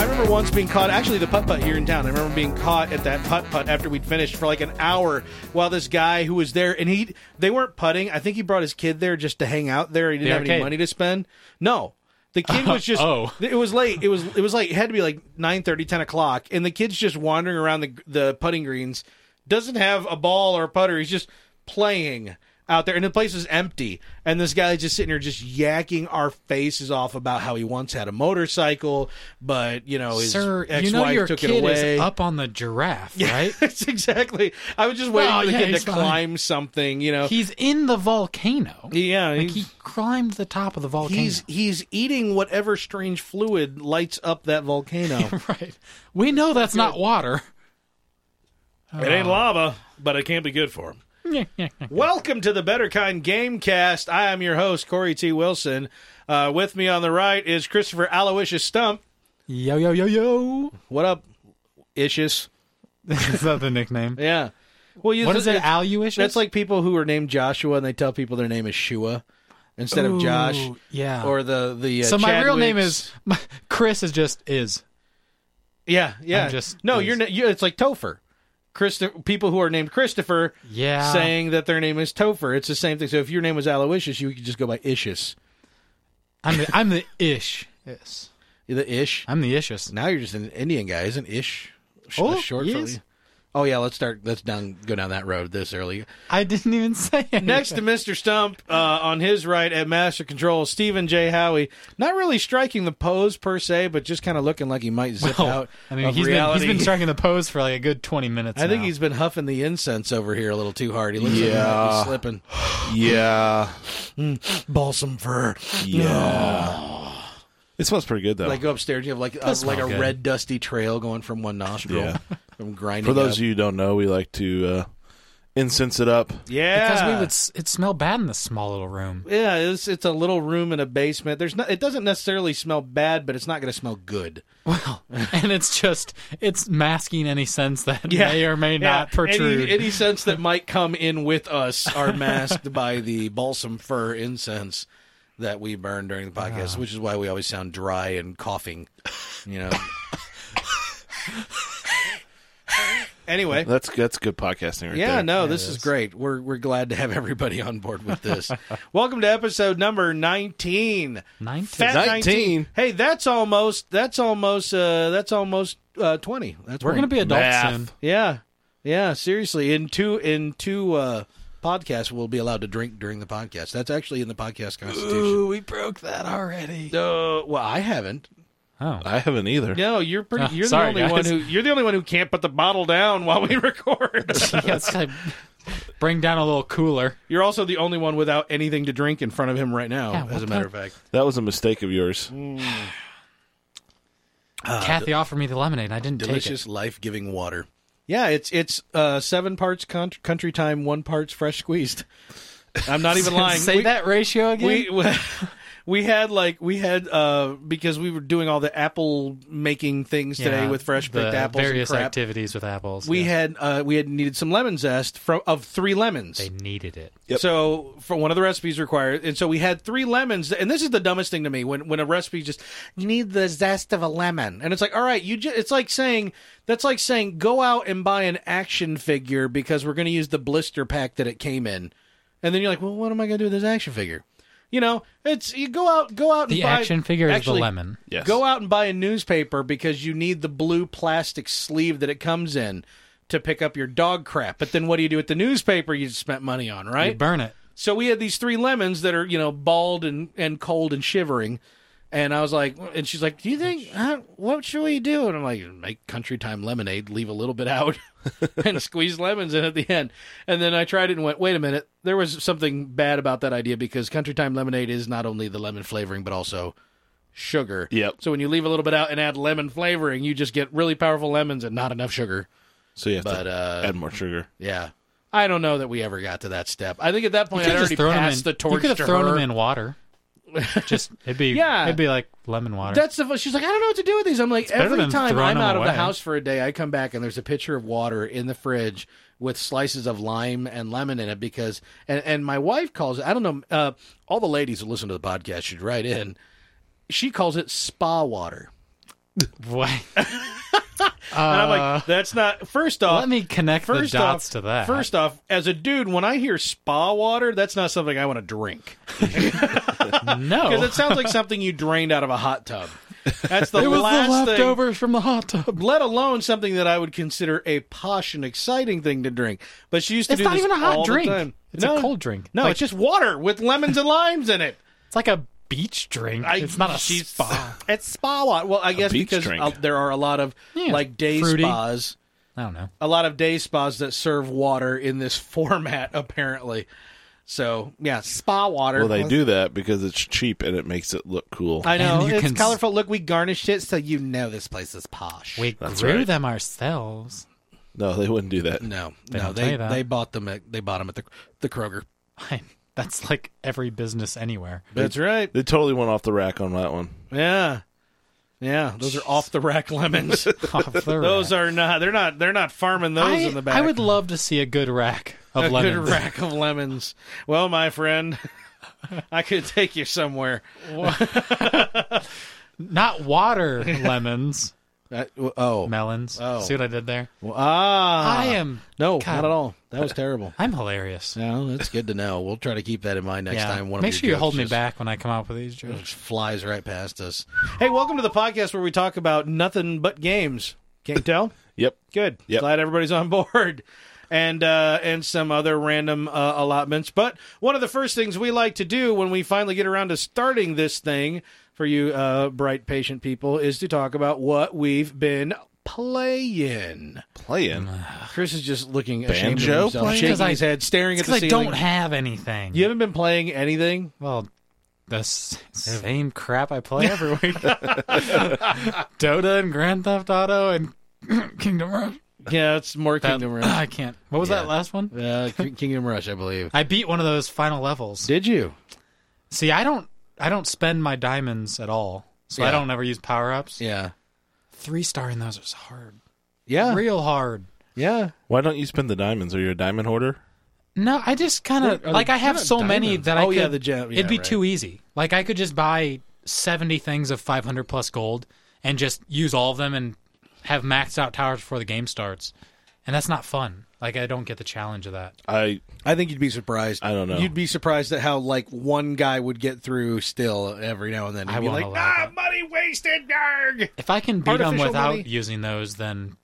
remember once being caught, actually, the putt putt here in town. I remember being caught at that putt putt after we'd finished for like an hour while this guy who was there, and he, they weren't putting. I think he brought his kid there just to hang out there. He didn't The have any arcade. money to spend. No. The kid was just. Oh. It was late. It was. It was like it had to be like 9, 10 o'clock, and the kid's just wandering around the the putting greens. Doesn't have a ball or a putter. He's just playing out there, and the place is empty. And this guy just sitting here, just yakking our faces off about how he once had a motorcycle, but you know his Sir, ex-wife you know your took kid it away. is up on the giraffe, right? That's exactly. I was just waiting Well, for the yeah, kid to he's fine. climb something. You know. He's in the volcano. yeah. Like he's- he climbed the top of the volcano. He's he's eating whatever strange fluid lights up that volcano. right. We know that's not water. It Oh. ain't lava, but it can't be good for him. Welcome to the Better Kind Gamecast. I am your host Corey T. Wilson. Uh, with me on the right is Christopher Aloysius Stump. Yo yo yo yo. What up, Ishes? Is that the nickname? Yeah. Well, you, What is it? it's- Aluish? That's like people who are named Joshua and they tell people their name is Shua instead of Josh. Ooh, yeah. Or the the uh, so my real name Chadwicks. is my, Chris. Is just is. yeah yeah I'm just- no is. you're, na- you it's like Topher. Christo- people who are named Christopher Yeah. saying that their name is Topher. It's the same thing. So if your name was Aloysius, you could just go by Ishus. I'm the, I'm the ish. Yes. The Ish. I'm the ishest. Now you're just an Indian guy, isn't Ish? sh- Oh, short yes. for Oh yeah, let's start. Let's down go down that road this early. I didn't even say it. Next to Mr. Stump, uh, on his right at Master Control, Stephen J. Howie. Not really striking the pose per se, but just kind of looking like he might zip out. I mean, of he's been, he's reality. been striking the pose for like a good 20 minutes. I think now. he's been huffing the incense over here a little too hard. He looks like he might Yeah. be slipping. Yeah. Balsam fur. Yeah. Ah. It smells pretty good though. Like go upstairs, you have like a, like a good. red dusty trail going from one nostril. Yeah. From grinding. For those up. of you who don't know, we like to uh, incense it up. yeah, because we would s- it smell bad in this small little room. Yeah, it's it's a little room in a basement. There's no, it doesn't necessarily smell bad, but it's not going to smell good. Well, and it's just it's masking any sense that may or may not protrude. Any, any scents that might come in with us are masked by the balsam fir incense that we burn during the podcast, which is why we always sound dry and coughing. You know. anyway, That's that's good podcasting right yeah, there. no, this is great. We're we're glad to have everybody on board with this. Welcome to episode number 19. Nineteen. Fat 19. 19. Hey, that's almost that's almost uh that's almost uh 20. That's We're gonna be adults Math. soon. Yeah. Yeah, seriously. In two in two uh podcasts we'll be allowed to drink during the podcast. That's actually in the podcast constitution. we broke that already. Uh, well, I haven't. Oh, I haven't either. No, you're pretty. Oh, you're sorry, the only guys. one who. You're the only one who can't put the bottle down while we record. yes, I bring down a little cooler. You're also the only one without anything to drink in front of him right now, Yeah, as what a matter the- of fact. That was a mistake of yours. Mm, Kathy offered me the lemonade. I didn't Uh, Delicious, life giving water. Yeah, it's it's uh, seven parts con- country time, one parts fresh squeezed. I'm not take even it. lying. Say we, that ratio again. We, we we had like we had uh because we were doing all the apple making things today Yeah, with fresh the picked apples Various and crap. activities with apples. We yeah. had uh we had needed some lemon zest from of three lemons. they needed it. Yep. So for one of the recipes required, and so we had three lemons. And this is the dumbest thing to me when when a recipe just you need the zest of a lemon, and it's like all right, you just it's like saying that's like saying go out and buy an action figure because we're going to use the blister pack that it came in, and then you're like, well, what am I going to do with this action figure? You know, it's you go out, go out. The and buy, action figure is the actually, lemon. Yes. Go out and buy a newspaper because you need the blue plastic sleeve that it comes in to pick up your dog crap. But then what do you do with the newspaper you spent money on, You right? burn it. so we had these three lemons that are, you know, bald and, and cold and shivering. And I was like, and she's like, do you think, huh, what should we do? And I'm like, make country time lemonade, leave a little bit out and squeeze lemons in at the end. And then I tried it and went, wait a minute, there was something bad about that idea because country time lemonade is not only the lemon flavoring, but also sugar. Yep. So when you leave a little bit out and add lemon flavoring, you just get really powerful lemons and not enough sugar. So you have But, to uh, add more sugar. Yeah. I don't know that we ever got to that step. I think at that You point could I'd have already just thrown 'em passed in, the torch You could have to thrown her. them in water. Just it'd be Yeah. it'd be like lemon water. That's the fu- she's like, I don't know what to do with these. I'm like, better every than time throwing I'm them out of the away. house for a day, I come back and there's a pitcher of water in the fridge with slices of lime and lemon in it because and, and my wife calls it I don't know uh, all the ladies who listen to the podcast should write in. She calls it spa water. What? And I'm like, that's not. First off, Uh, Let me connect the first dots off, to that. First off, as a dude, when I hear spa water, that's not something I want to drink no, because it sounds like something you drained out of a hot tub. That's the Oh. it was last the thing. leftovers from the hot tub. let alone something that I would consider a posh and exciting thing to drink. But she used to It's do not this even a all hot the drink. time. It's a cold drink. No, Like- it's just water with lemons and limes in it. It's like a beach drink. I- it's not a she's- spa. It's spa water. Well, I guess beach because drink. uh, there are a lot of Yeah. like day Fruity. spas, I don't know. a lot of day spas that serve water in this format apparently. So yeah, spa water. Well, they do that because it's cheap and it makes it look cool. I know And you it's can s- colorful. Look, we garnished it, so you know this place is posh. We That's grew right. them ourselves. no, they wouldn't do that. no, no, don't tell they you that. they bought them at they bought them at the the Kroger. That's like every business anywhere. That's right. They totally went off the rack on that one. Yeah. Yeah, those are off the rack lemons. Off the those rack. are not. They're not. They're not farming those I, in the back. I would love to see a good rack of a lemons. good rack of lemons. Well, my friend, I could take you somewhere. Not water lemons, Uh, w- oh, melons. Oh. See what I did there? Well, ah, I am. no, God. not at all. That was terrible. I'm hilarious. No, that's good to know. We'll try to keep that in mind next yeah. time. One Make of your sure you jokes hold me just- back when I come out with these jokes. just flies right past us. Hey, welcome to the podcast where we talk about nothing but games. Can't you tell? Yep. Good. Yep. Glad everybody's on board. And uh, and some other random uh, allotments. But one of the first things we like to do when we finally get around to starting this thing for you uh, bright, patient people is to talk about what we've been playing. Playing. Chris is just looking ashamed Banjo of himself, playing? shaking Because I- his head, staring at Because the I ceiling. don't have anything. you haven't been playing anything. Well, the s- same crap I play every week. Dota and Grand Theft Auto and Kingdom Rush. Yeah, it's more That- ah, Kingdom Rush. I can't. What was that Yeah. last one? Uh, K- Kingdom Rush, I believe. I beat one of those final levels. Did you? See, I don't. I don't spend my diamonds at all, so Yeah. I don't ever use power ups. Yeah. Three star in those is hard, Yeah. real hard. Yeah. Why don't you spend the diamonds? Are you a diamond hoarder? No, I just kind What of are like the- I have what are so many diamonds? that I Oh, could, yeah, the gem- yeah, it'd be right. too easy. Like I could just buy seventy things of five hundred plus gold and just use all of them and have maxed out towers before the game starts, and that's not fun. Like I don't get the challenge of that. I I think you'd be surprised. I don't know. You'd be surprised at how like one guy would get through still every now and then. He'd I be won't like, allow ah, that. money wasted, darg. If I can beat them Artificial without money. using those, then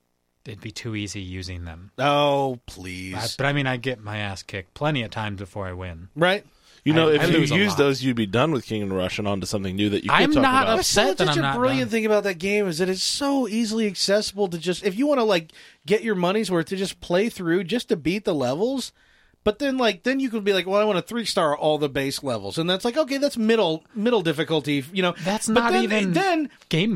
it'd be too easy using them. Oh, I- please. but I mean, I get my ass kicked plenty of times before I win. right? You know, I- if I you lose a use lot. those, you'd be done with King and Rush and onto something new that you could I'm talk not about. upset. that such I'm a not brilliant done. thing about that game is that it's so easily accessible to just if you want to like get your money's worth to just play through just to beat the levels. But then like then you could be like, well, I want to three star all the base levels, and that's like okay, that's middle middle difficulty, you know. That's But not then- even then game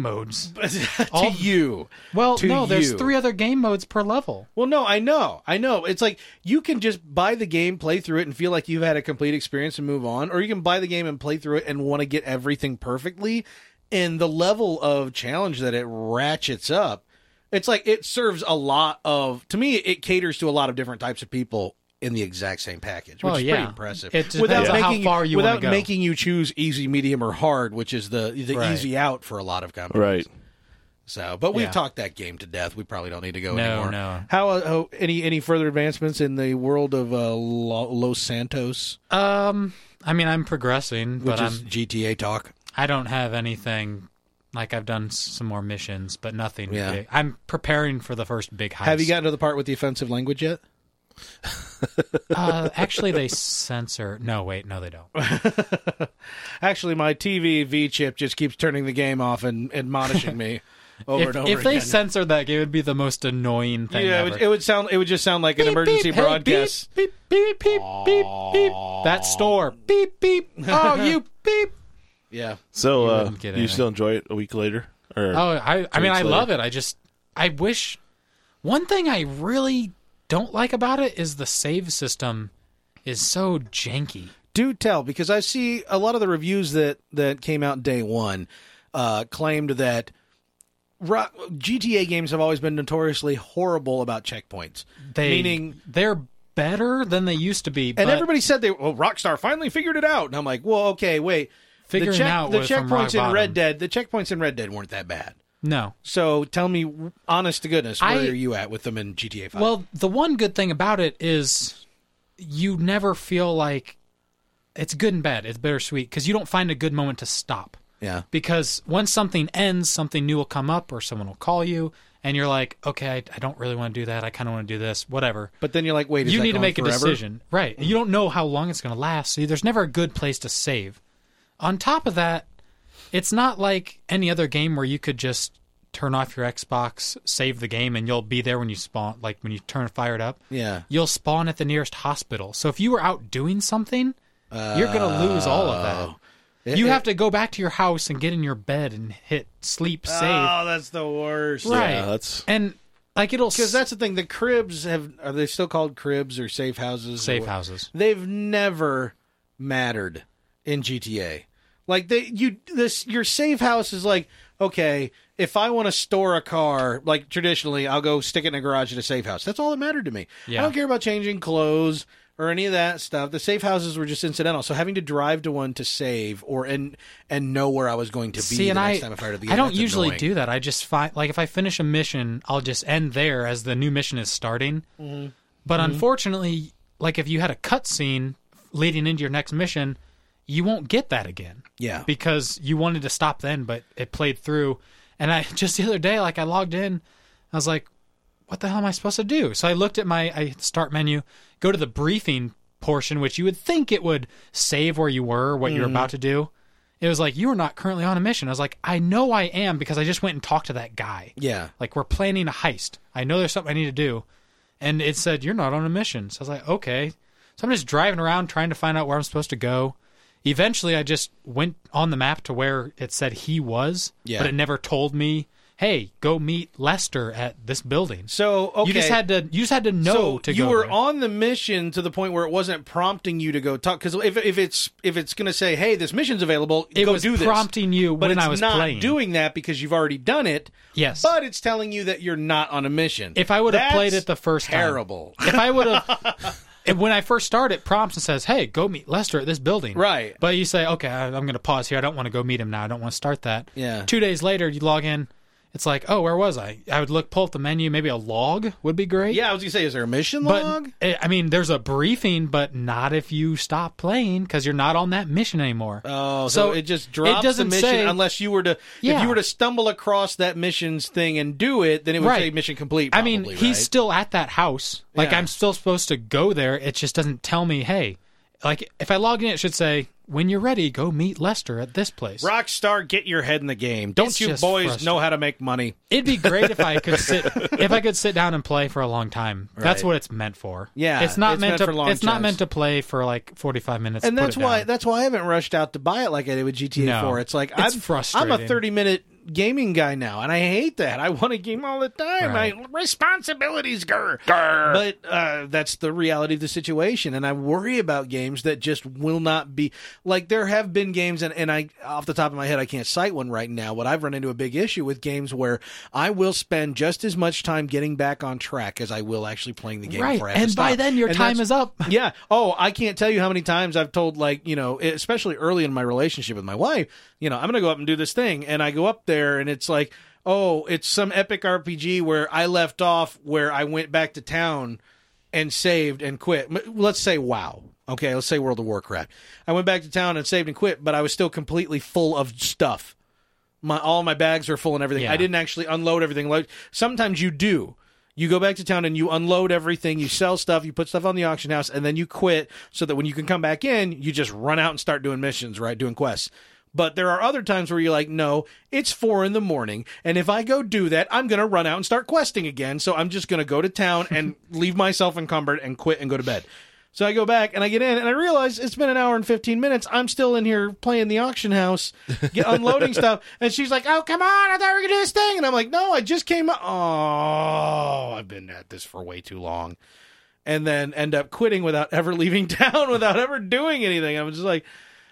modes. to All- you. Well, to no, there's you. three other game modes per level. Well, no, I know, I know. It's like you can just buy the game, play through it, and feel like you've had a complete experience and move on, or you can buy the game and play through it and want to get everything perfectly. And the level of challenge that it ratchets up, it's like it serves a lot of. To me, it caters to a lot of different types of people in the exact same package, which Well, is yeah. pretty impressive. It depends on how far you wanna without go. making you choose easy, medium, or hard, which is the the Right. easy out for a lot of companies. Right. So, but we've Yeah. talked that game to death. We probably don't need to go No, anymore. no. How uh, oh, any any further advancements in the world of uh, Lo- Los Santos, Um, I mean, I'm progressing, which but I'm is GTA talk? I don't have anything. Like I've done s- some more missions, but nothing. Yeah. Big. I'm preparing for the first big heist. Have you gotten to the part with the offensive language yet? Uh, actually, they censor. No, wait, no, they don't. Actually, my TV V chip just keeps turning the game off and admonishing me over If, and over if they again. censored that, it would be the most annoying thing. yeah, it ever. would, it would sound. It would just sound like an emergency broadcast. Beep, beep, beep, beep, beep, That store. Beep, beep. Oh, you beep. Yeah, So you, uh, wouldn't get you it. still enjoy it a week later? Or Oh, I, I mean, weeks I later. love it. I just, I wish. One thing I really don't like about it is the save system is so janky. do tell because I see a lot of the reviews that that came out day one uh, claimed that ro- GTA games have always been notoriously horrible about checkpoints. They, Meaning- they're better than they used to be. But And everybody said they well, Rockstar finally figured it out, and I'm like, well, okay, wait. Figuring the check- out the was checkpoints from rock in Red bottom. Dead, the checkpoints in Red Dead weren't that bad. No. So tell me, honest to goodness, where I- are you at with them in GTA Five? Well, the one good thing about it is you never feel like it's good and bad. It's bittersweet because you don't find a good moment to stop. yeah, Because once something ends, something new will come up or someone will call you and you're like, okay, I, I don't really want to do that. I kind of want to do this, whatever. but then you're like, wait, is you that need to going make a forever? Hmm. decision. Right. You don't know how long it's going to last. So there's never a good place to save. On top of that, it's not like any other game where you could just turn off your Xbox, save the game, and you'll be there when you spawn, like when you turn fire it up. Yeah. You'll spawn at the nearest hospital. So if you were out doing something, you're going to lose all of that. you Oh. it- have to go back to your house and get in your bed and hit sleep, save. Oh, that's the worst. right. Yeah, that's- And like it'll. Because that's the thing. The cribs have are they still called cribs or safe houses? or Safe what- houses. They've never mattered in GTA. Like they you this your safe house is like okay if I want to store a car like traditionally I'll go stick it in a garage at a safe house. That's all that mattered to me. Yeah. I don't care about changing clothes or any of that stuff. The safe houses were just incidental. So having to drive to one to save or and and know where I was going to be See, the and next I, time if I were to be I don't that's usually annoying. do that. I just find like if I finish a mission, I'll just end there as the new mission is starting. But unfortunately, like if you had a cutscene leading into your next mission, you won't get that again. Yeah. because you wanted to stop then, but it played through. And I just the other day, like I logged in, I was like, "What the hell am I supposed to do?" So I looked at my I hit the start menu, go to the briefing portion, which you would think it would save where you were, what you're Mm-hmm. about to do. It was like you are not currently on a mission. I was like, I know I am because I just went and talked to that guy. Yeah. Like we're planning a heist. I know there's something I need to do. And it said, You're not on a mission. So I was like, Okay. So I'm just driving around trying to find out where I'm supposed to go. Eventually I just went on the map to where it said he was, Yeah. but it never told me, Hey, go meet Lester at this building. So okay. You just had to you just had to know so to you go were there. on the mission to the point where it wasn't prompting you to go talk because if, if it's if it's going to say hey this mission's available it go was do this prompting you but when it's I was not playing. doing that because you've already done it Yes. but it's telling you that you're not on a mission If I would have played That's it the first time. terrible if I would have, if- when I first start, it prompts and says, "Hey, go meet Lester at this building." Right. But you say, "Okay, I, I'm going to pause here. I don't want to go meet him now. I don't want to start that." Yeah. Two days later, you log in. It's like, "Oh, where was I?" I would look, pull up the menu. Maybe a log would be great. yeah I was gonna say is there a mission But log eh, I mean, there's a briefing, but not if you stop playing because you're not on that mission anymore. Oh, so, it just drops doesn't the mission say- unless you were to if Yeah. you were to stumble across that missions thing and do it, then it would Right. say mission complete. I mean, probably, right? he's still at that house. Like Yeah. I'm still supposed to go there. It just doesn't tell me, hey, like if I log in, it should say, when you're ready, go meet Lester at this place. Rockstar, get your head in the game. Don't It's you just boys frustrating. know how to make money? It'd be great if I could sit if I could sit down and play for a long time. That's what it's meant for. Yeah, it's not it's meant, meant to. for long it's times. not meant to play for like forty five minutes. and put that's it why down. that's why I haven't rushed out to buy it like I did with GTA No. 4. It's like It's I'm frustrating. I'm a 30 minute gaming guy now, and I hate that. I want a game all the time. Right. My responsibilities, grr. But uh, that's the reality of the situation, and I worry about games that just will not be like there have been games, and and I off the top of my head I can't cite one right now. What I've run into a big issue with games where I will spend just as much time getting back on track as I will actually playing the game. right. before I have to And by stop. then your And time that's- is up. yeah. Oh, I can't tell you how many times I've told like you know, e, especially early in my relationship with my wife. You know, I'm gonna go up and do this thing, and I go up there, and it's like, oh, it's some epic RPG where I left off, where I went back to town and saved and quit. M- Let's say WoW. Okay, let's say World of Warcraft. I went back to town and saved and quit, but I was still completely full of stuff my all my bags are full and everything. Yeah. I didn't actually unload everything. Like sometimes you do. You go back to town and you unload everything, you sell stuff, you put stuff on the auction house, and then you quit so that when you can come back in, you just run out and start doing missions, right? Doing quests. But there are other times where you're like, no, it's four in the morning, and if I go do that, I'm gonna run out and start questing again. So I'm just gonna go to town and leave myself encumbered and quit and go to bed. So I go back and I get in and I realize it's been an hour and 15 minutes. I'm still in here playing the auction house, get, unloading stuff. And she's like, oh, come on. I thought we were going to do this thing. And I'm like, no, I just came up. Oh, I've been at this for way too long. And then end up quitting without ever leaving town, without ever doing anything. I'm just like,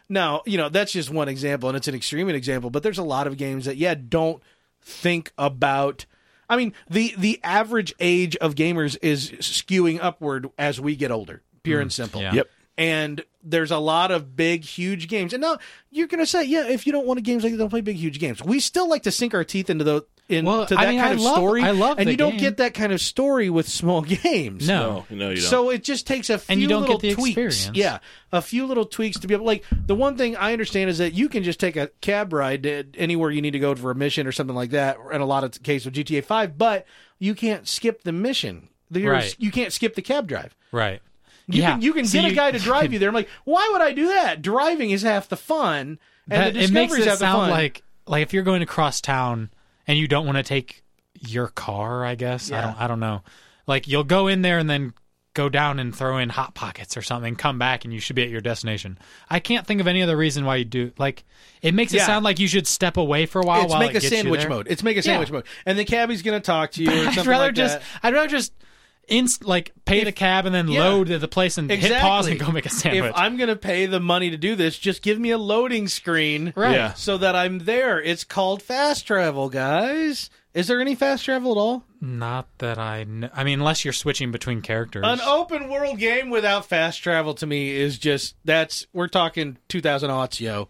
now, you know, that's just one example and it's an extreme example, but there's a lot of games that, yeah, don't think about. I mean, the, the average age of gamers is skewing upward as we get older, pure and simple. Hmm. yeah. Yep. and there's a lot of big, huge games. And now you're gonna say, yeah, if you don't want games like that, don't play big, huge games. We still like to sink our teeth into the into Well, that I mean, kind I of love- story. I love and the you don't game. get that kind of story with small games. No. No, no, you don't. So it just takes a few And you don't little get the tweaks. experience. Yeah, a few little tweaks to be able. Like the one thing I understand is that you can just take a cab ride to anywhere you need to go for a mission or something like that. In a lot of cases with GTA Five, but you can't skip the mission. There's- Right. You can't skip the cab drive. Right. You yeah. can you can So get a you- guy to drive you there. I'm like, why would I do that? Driving is half the fun, That- and the it makes discovery's it half the sound fun. like like if you're going across town and you don't want to take your car, I guess. I Yeah. don't I don't know. Like you'll go in there and then go down and throw in hot pockets or something, come back and you should be at your destination. I can't think of any other reason why you do like it makes it Yeah. sound like you should step away for a while it's while make it a gets you sandwich there. mode. It's make a sandwich mode, and the cabbie's going to talk to you. Or I'd something rather like just that. I'd rather just inst like pay the cab and then yeah. load at the place and hit pause and Exactly. go make a sandwich. if I'm going to pay the money to do this, just give me a loading screen right. Yeah. so that I'm there. It's called fast travel, guys. Is there any fast travel at all? Not that I know. I mean, unless you're switching between characters. An open world game without fast travel to me is just that's we're talking 2000 aughts, yo.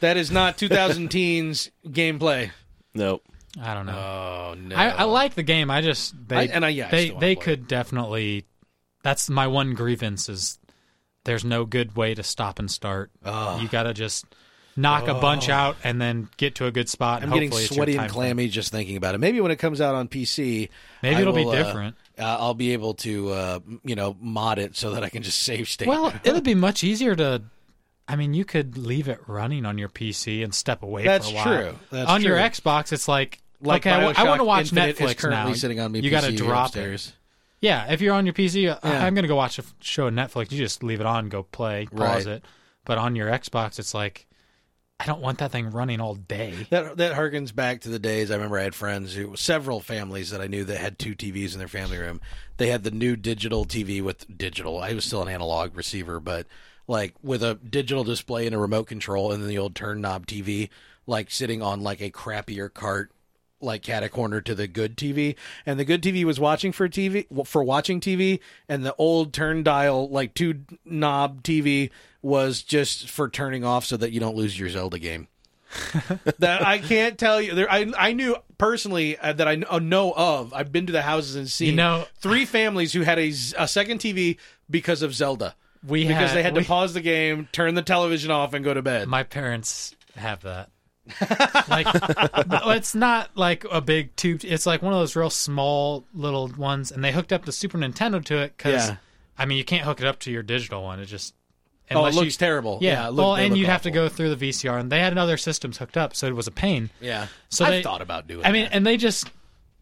That is not 2000 teens gameplay. Nope. I don't know. Oh no. I, I like the game. I just they I- and I- yeah, I they still wanna they play could definitely. That's my one grievance is there's no good way to stop and start. You gotta just knock a bunch out and then get to a good spot. I'm and getting hopefully it's your sweaty and time. clammy just thinking about it. Maybe when it comes out on PC, Maybe I it'll be will, uh, different. Uh, I'll be able to, uh, you know, mod it so that I can just save state. Well, it would be much easier to. I mean, you could leave it running on your PC and step away. That's for a while. true. That's on your true. Xbox, it's like, Like okay, I wa- I, want to Bioshock watch Infinite is Netflix currently now. sitting on me you gotta PC drop upstairs. it. Yeah, if you're on your PC, uh, Yeah. I'm gonna go watch a f- show on Netflix. You just leave it on, go play, pause Right. it. But on your Xbox, it's like, I don't want that thing running all day. That that harkens back to the days I remember I had friends who several families that I knew that had two TVs in their family room. They had the new digital TV with digital. I was still an analog receiver, but like with a digital display and a remote control and then the old turn knob TV like sitting on like a crappier cart like cat a corner to the good TV, and the good TV was watching for TV for watching TV, and the old turn dial like two knob TV was just for turning off so that you don't lose your Zelda game. that I can't tell you. There, I I knew personally uh, that I kn- uh, know of. I've been to the houses and seen You know- three families who had a, z- a second TV because of Zelda. We because had- they had we- to pause the game, turn the television off, and go to bed. My parents have that. like no, it's not like a big tube it's like one of those real small little ones and they hooked up the super nintendo to it because Yeah. i mean you can't hook it up to your digital one it just oh, it unless you- looks terrible. yeah, it looked- well they and look you'd have to awful. go through the vcr and they had other systems hooked up so it was a pain Yeah, so So I they- have thought about doing. i mean that. and they just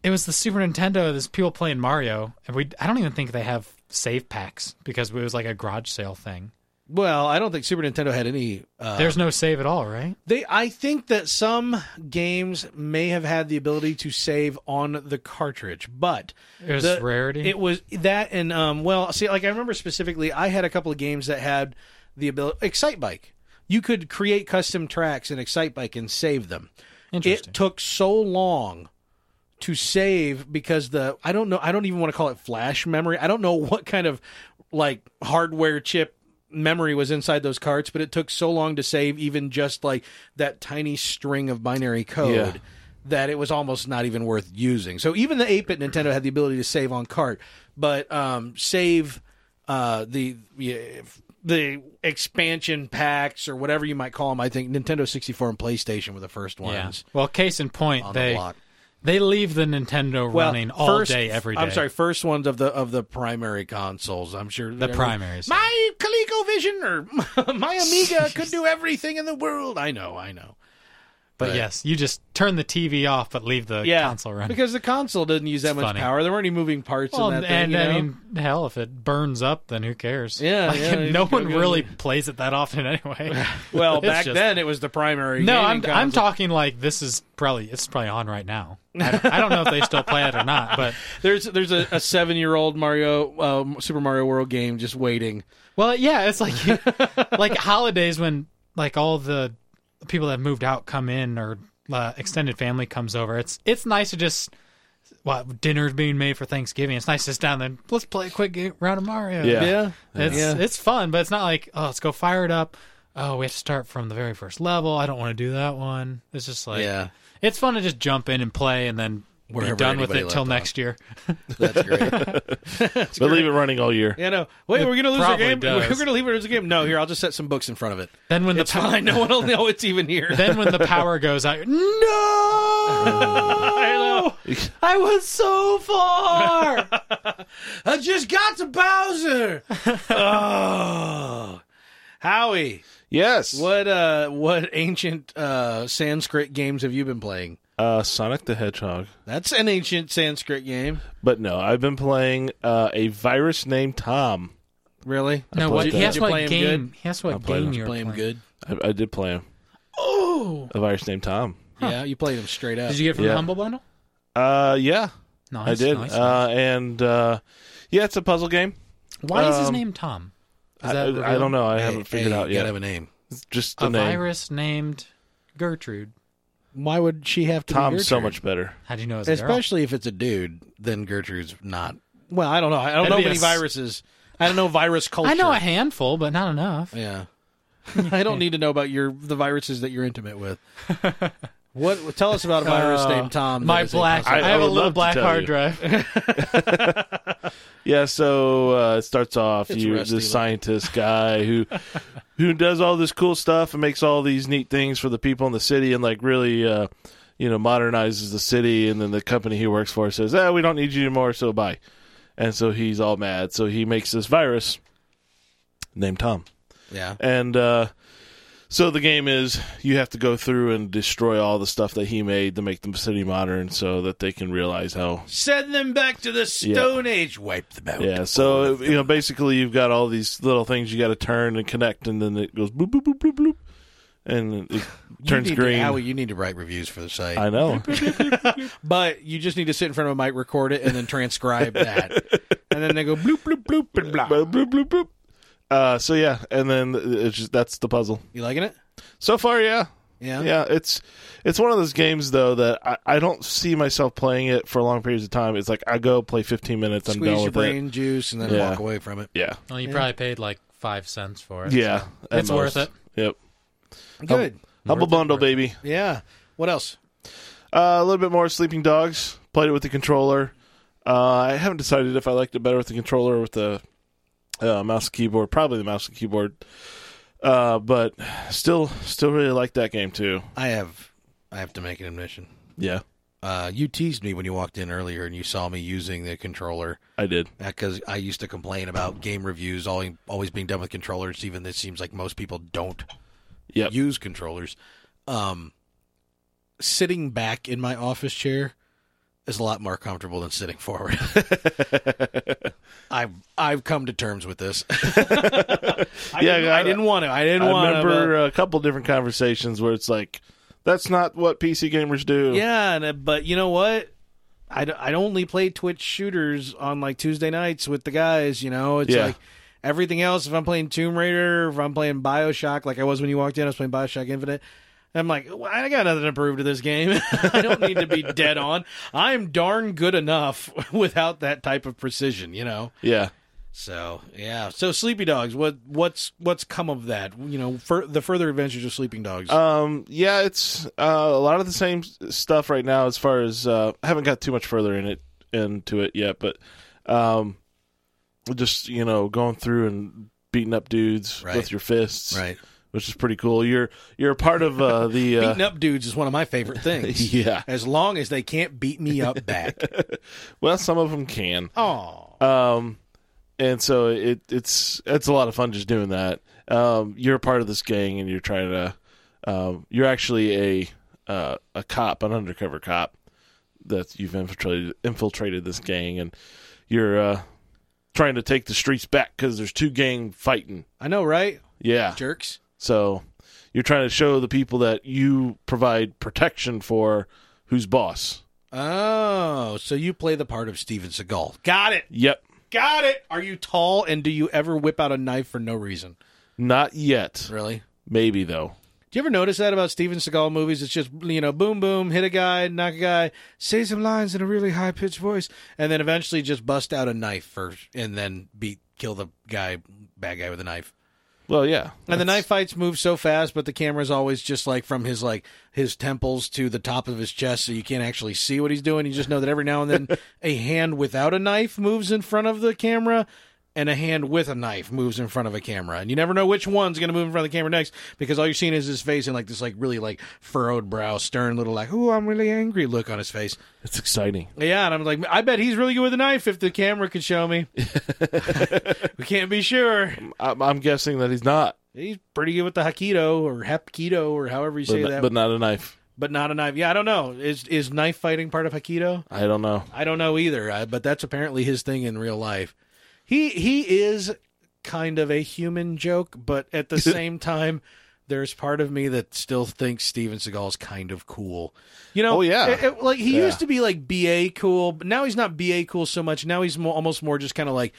it was the super nintendo there's people playing mario and we i don't even think they have save packs because it was like a garage sale thing Well, I don't think Super Nintendo had any. Uh, there's no save at all right they, I think that some games may have had the ability to save on the cartridge, but It was the- rarity. It was that, and um, well, see, like I remember specifically, I had a couple of games that had the ability. Excite Bike, you could create custom tracks in Excite Bike and save them. Interesting. It took so long to save because the I don't know I don't even want to call it flash memory. I don't know what kind of like hardware chip memory was inside those carts, but it took so long to save even just like that tiny string of binary code Yeah. that it was almost not even worth using. So even the 8-bit Nintendo had the ability to save on cart, but um save uh the yeah, if- the expansion packs or whatever you might call them. I think Nintendo 64 and PlayStation were the first ones. well case in point On the they block. They leave the Nintendo running all first- day, every day. I'm sorry, first ones of the of the primary consoles. I'm sure The primaries. My ColecoVision or my Amiga could do everything in the world. I know, I know. but yes, you just turn the TV off, but leave the console running. because the console doesn't use that much funny. power. There weren't any moving parts well, in that and, thing. you I know? mean, hell, if it burns up, then who cares? Yeah, Like, yeah, you no just go one get really plays it that often anyway. well, it's back just- then it was the primary. no, gaming I'm I'm console. talking like this is probably it's probably on right now. I don't, I don't know if they still play it or not, but There's there's a, a seven year old Mario uh, Super Mario World game just waiting. well, yeah, it's like like holidays when like all the people that moved out come in or uh, extended family comes over. It's it's nice to just well, dinner's being made for Thanksgiving. It's nice to sit down and let's play a quick game, round of Mario. Yeah. Yeah. It's Yeah. it's fun, but it's not like oh, let's go fire it up. Oh, we have to start from the very first level. I don't want to do that one. It's just like Yeah. it's fun to just jump in and play, and then we're Wherever done with anybody it till left next year. That's great. but leave it running all year. Yeah, no. Wait, we're gonna lose our probably game. does. We're gonna leave it as a game. No, here I'll just set some books in front of it. Then when the It's pow- fine. No one will know it's even here. then when the power goes out, you're, no, I was so far. I just got to Bowser. oh, Howie, Yes. what uh, what ancient uh, Sanskrit games have you been playing? Uh, Sonic the Hedgehog. That's an ancient Sanskrit game, But no, I've been playing uh, a virus named Tom. really? no, played what? that. He asked Did you play what him game? He asked what played game him. you were Play playing. him good. I, I did play him. Oh, A virus named Tom. Yeah, you played him straight up. did you get it from Yeah. the humble bundle? Uh, yeah, Nice, I did. nice, uh, nice. and uh, yeah, it's a puzzle game. Why is his um, name Tom? Is I, that I don't know. I Hey, haven't figured hey, out you yet. Gotta have a name. It's just the A name. virus named Gertrude. Why would she have to? Tom's so much better. How do you know it's a girl? especially if it's a dude. Then Gertrude's not. Well, I don't know. I don't That'd know be a many s- viruses. I don't know virus culture. I know a handful, but not enough. Yeah. I don't need to know about your the viruses that you're intimate with. What? Tell us about a virus Uh, named Tom. that My is a black. I, possible- I have a would little love to black tell hard you. drive. Yeah, so uh, it starts off It's you're rusty the looking. scientist guy who who does all this cool stuff and makes all these neat things for the people in the city and like really uh, you know modernizes the city and then the company he works for says, "Ah, we don't need you anymore, so bye." And so he's all mad. So he makes this virus named Tom. yeah. And uh, so the game is you have to go through and destroy all the stuff that he made to make the city modern so that they can realize how Send them back to the Stone Age. Wipe them out. yeah, so you know, basically, you've got all these little things you got to turn and connect, and then it goes bloop bloop bloop bloop bloop, and it You turns need to- green. Howie, you need to write reviews for the site, I know. but you just need to sit in front of a mic, record it, and then transcribe that, and then they go bloop bloop bloop and blah. Bloop, bloop, bloop, bloop. Uh, so yeah, and then it's just that's the puzzle. You liking it? So far, yeah, Yeah. yeah. It's it's one of those games though that I, I don't see myself playing it for long periods of time. It's like I go play 15 minutes, I'm Squeeze done your with it. brain juice and then Yeah. walk away from it. Yeah, Well, you probably paid like five cents for it. yeah. at It's worth most. it. Yep. Good. Humble it, bundle, worth it. baby. Yeah. What else? Uh, a little bit more Sleeping Dogs. Played it with the controller. Uh, I haven't decided if I liked it better with the controller or with the uh, mouse and keyboard. Probably the mouse and keyboard. Uh, but still, still really like that game too. I have. I have to make an admission. Yeah, Uh, you teased me when you walked in earlier and you saw me using the controller I did. because I used to complain about game reviews all, always being done with controllers, even though it seems like most people don't Yep. use controllers. Um, sitting back in my office chair is a lot more comfortable than sitting forward. I've I've come to terms with this. I Yeah, didn't, I- I didn't want to. I didn't I want remember a couple different conversations where it's like, "That's not what PC gamers do." to. Yeah, and, uh, but you know what? I d- I only play Twitch shooters on like Tuesday nights with the guys. You know, it's Yeah. like everything else. If I'm playing Tomb Raider, if I'm playing Bioshock, like I was when you walked in, I was playing Bioshock Infinite. I'm like, "Well, I got nothing to prove to this game. I don't need to be dead on. I'm darn good enough without that type of precision, you know. yeah. So yeah. So Sleepy Dogs, what what's what's come of that? You know, fur the further adventures of Sleeping Dogs. Um, yeah, it's uh, a lot of the same s- stuff right now. As far as uh, I haven't got too much further in it into it yet, but um, just you know, going through and beating up dudes Right. with your fists, right. Which is pretty cool. You're you're a part of uh, the uh, Beating up dudes is one of my favorite things. yeah. As long as they can't beat me up back. Well, some of them can. Oh. Um, and so it it's it's a lot of fun just doing that. Um, you're a part of this gang, and you're trying to. Um, you're actually a uh, a cop, an undercover cop that you've infiltrated infiltrated this gang, and you're uh, trying to take the streets back because there's two gang fighting. I know, right? Yeah, Jerks. so you're trying to show the people that you provide protection for who's boss. Oh, so you play the part of Steven Seagal. Got it. Yep, Got it. Are you tall and do you ever whip out a knife for no reason? not yet. Really? Maybe though. Do you ever notice that about Steven Seagal movies? It's just you know, boom, boom, hit a guy, knock a guy, say some lines in a really high pitched voice, and then eventually just bust out a knife first, and then beat, kill the guy, bad guy with a knife. Well, yeah. And the knife fights move so fast, but the camera's always just like from his like his temples to the top of his chest, so you can't actually see what he's doing. You just know that every now and then a hand without a knife moves in front of the camera, and a hand with a knife moves in front of a camera, and you never know which one's going to move in front of the camera next because all you're seeing is his face and like this like really like furrowed brow, stern little like "Ooh, I'm really angry" look on his face. It's exciting. Yeah, and I'm like, I bet he's really good with a knife if the camera could show me. we can't be sure. I'm, I'm guessing that he's not, He's pretty good with the Hakido or Hapkido or however you but, say not- that, but, but not a knife. not a knife. Yeah, I don't know. Is is knife fighting part of Hakido? I don't know. I don't know either. I, but that's apparently his thing in real life. He he is kind of a human joke, but at the same time, there's part of me that still thinks Steven Seagal's kind of cool. You know? Oh, yeah. it- it- like he Yeah. used to be like BA cool, but now he's not BA cool so much. Now he's more, almost more just kind of like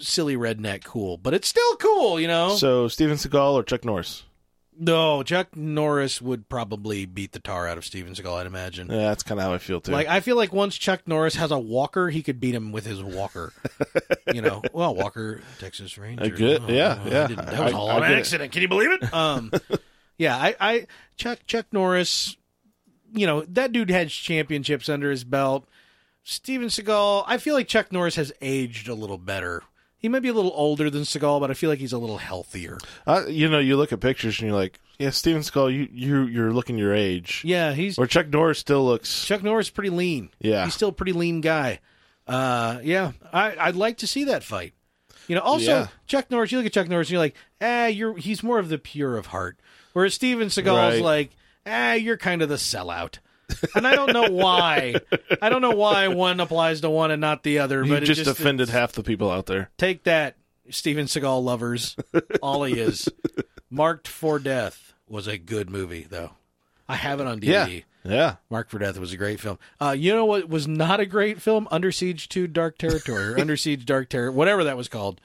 silly redneck cool, but it's still cool. You know? So Steven Seagal or Chuck Norris? No, Chuck Norris would probably beat the tar out of Steven Seagal, I'd imagine. Yeah, that's kind of how I feel too. Like I feel like once Chuck Norris has a walker, he could beat him with his walker. you know, well, Walker, Texas Ranger. I get- Oh, yeah, I yeah. didn't- that was I- all I an get it. accident. Can you believe it? Um, yeah, I, I Chuck Chuck Norris. You know that dude had championships under his belt. Steven Seagal. I feel like Chuck Norris has aged a little better. He may be a little older than Seagal, but I feel like he's a little healthier. I, Uh, you know, you look at pictures and you're like, yeah, Steven Seagal, you you you're looking your age. Yeah, he's Or Chuck Norris still looks. Chuck Norris is pretty lean. Yeah. he's still a pretty lean guy. Uh, yeah, I, I'd like to see that fight. You know, also Yeah. Chuck Norris. You look at Chuck Norris, and you're like, ah, you're he's more of the pure of heart, whereas Steven Seagal's Right. like, ah, you're kind of the sellout. and I don't know why. I don't know why one applies to one and not the other. you but it just, just offended half the people out there. Take that, Steven Seagal lovers. All he is. Marked for Death was a good movie, though. I have it on DVD. Yeah, yeah. Mark for Death was a great film. Uh, you know what was not a great film? Under Siege 2 Dark Territory, or Under Siege Dark Terror, whatever that was called.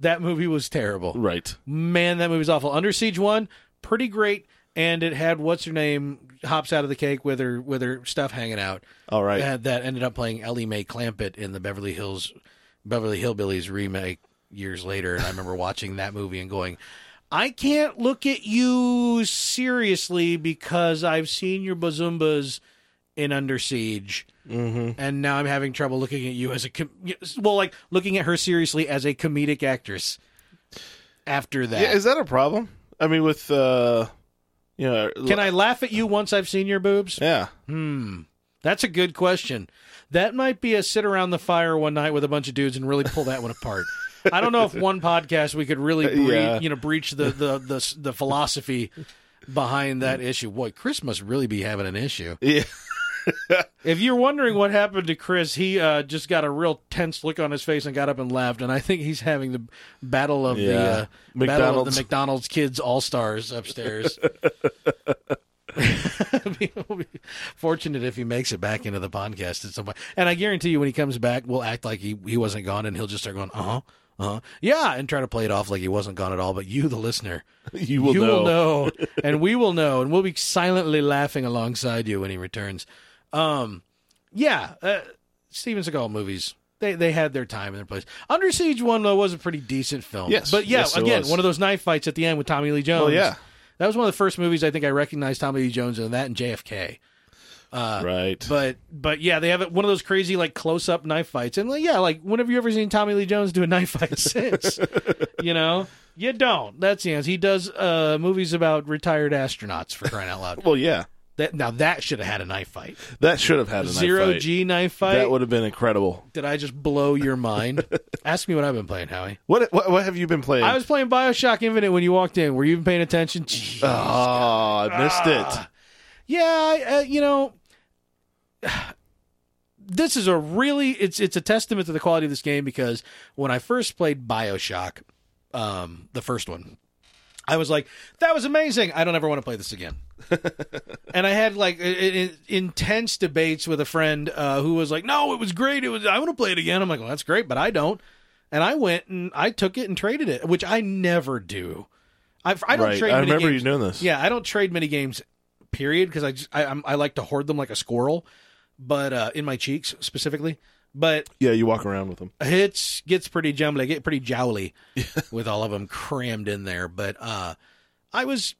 That movie was terrible. Right. Man, that movie's awful. Under Siege 1, pretty great. And it had what's her name hops out of the cake with her with her stuff hanging out. All right. Uh, that ended up playing Ellie Mae Clampett in the Beverly Hills Beverly Hillbillies remake years later, and I remember watching that movie and going, "I can't look at you seriously because I've seen your bazumbas in Under Siege, Mm-hmm. and now I'm having trouble looking at you as a com- well, like looking at her seriously as a comedic actress." After that, Yeah, is that a problem? I mean, with uh, you know, uh, can I laugh at you once I've seen your boobs? Yeah. That's a good question. That might be a sit around the fire one night with a bunch of dudes and really pull that one apart. I don't know if one podcast we could really bre- Yeah. you know breach the, the the the philosophy behind that issue. Boy, Chris must really be having an issue. Yeah. If you're wondering what happened to Chris, he uh, just got a real tense look on his face and got up and laughed. And I think he's having the battle of the Yeah. uh, battle of the McDonald's. McDonald's kids all stars upstairs. We'll be fortunate if he makes it back into the podcast at some point. And I guarantee you, when he comes back, we'll act like he, he wasn't gone, and he'll just start going, uh huh, uh huh, yeah, and try to play it off like he wasn't gone at all. But you, the listener, You will you know. will know, and we will know, and we'll be silently laughing alongside you when he returns. Um, yeah, uh, Steven Seagal movies. They, they had their time and their place. Under Siege One though was a pretty decent film. Yes, but yeah, yes, it again, was. one of those knife fights at the end with Tommy Lee Jones. Oh yeah. That was one of the first movies I think I recognized Tommy Lee Jones in that and JFK. right. Uh, But but yeah, they have one of those crazy like close up knife fights. And like yeah, like when have you ever seen Tommy Lee Jones do a knife fight since? you know? You don't. That's the answer. He does uh, movies about retired astronauts for crying out loud. well, yeah. That, now that should have had a knife fight. That should have had a knife Zero fight. G knife fight. That would have been incredible. Did I just blow your mind? Ask me what I've been playing, Howie. What what, what have you been playing? I was playing Bioshock Infinite when you walked in. Were you even paying attention? Jeez. Oh, I missed it. Ah. yeah I, uh, you know this is a really it's it's a testament to the quality of this game because when i first played bioshock um the first one i was like that was amazing i don't ever want to play this again and i had like i i intense debates with a friend uh, who was like no it was great it was i want to play it again i'm like well that's great but i don't and i went and i took it and traded it which i never do I, I don't right. trade. I many remember games. you doing this. Yeah, I don't trade many games, period, because I just I, I'm, I like to hoard them like a squirrel, but uh, in my cheeks specifically. But Yeah, you walk around with them. it gets pretty jumbly, get pretty jowly with all of them crammed in there. But uh, I was,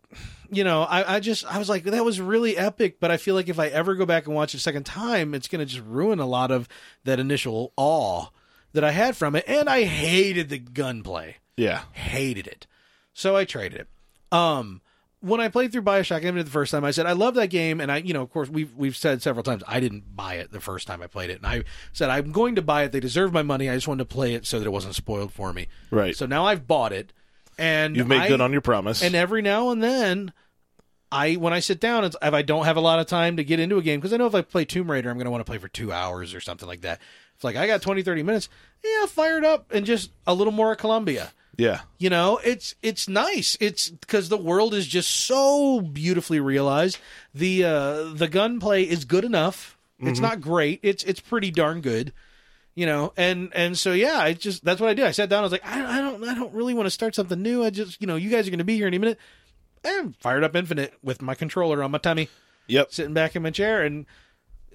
you know, I, I just I was like that was really epic. But I feel like if I ever go back and watch it a second time, it's gonna just ruin a lot of that initial awe that I had from it. And I hated the gunplay Yeah. hated it. So I traded it. Um, when I played through Bioshock Infinite the first time, I said I love that game, and I, you know, of course, we've we've said several times I didn't buy it the first time I played it, and I said I'm going to buy it. They deserve my money. I just wanted to play it so that it wasn't spoiled for me. Right. So now I've bought it, and You've made I- good on your promise. and every now and then, I when I sit down, it's, if I don't have a lot of time to get into a game, because I know if I play Tomb Raider, I'm going to want to play for two hours or something like that. It's like I got 20, 30 minutes. Yeah, fired up and just a little more of Columbia. yeah. You know, it's it's nice. It's because the world is just so beautifully realized. The uh, the gunplay is good enough. It's not great. It's it's pretty darn good. You know, and and so yeah, I just that's what I did. I sat down. I was like, I, I don't I don't really want to start something new. I just you know, you guys are going to be here any minute. And fired up Infinite with my controller on my tummy Yep. sitting back in my chair, and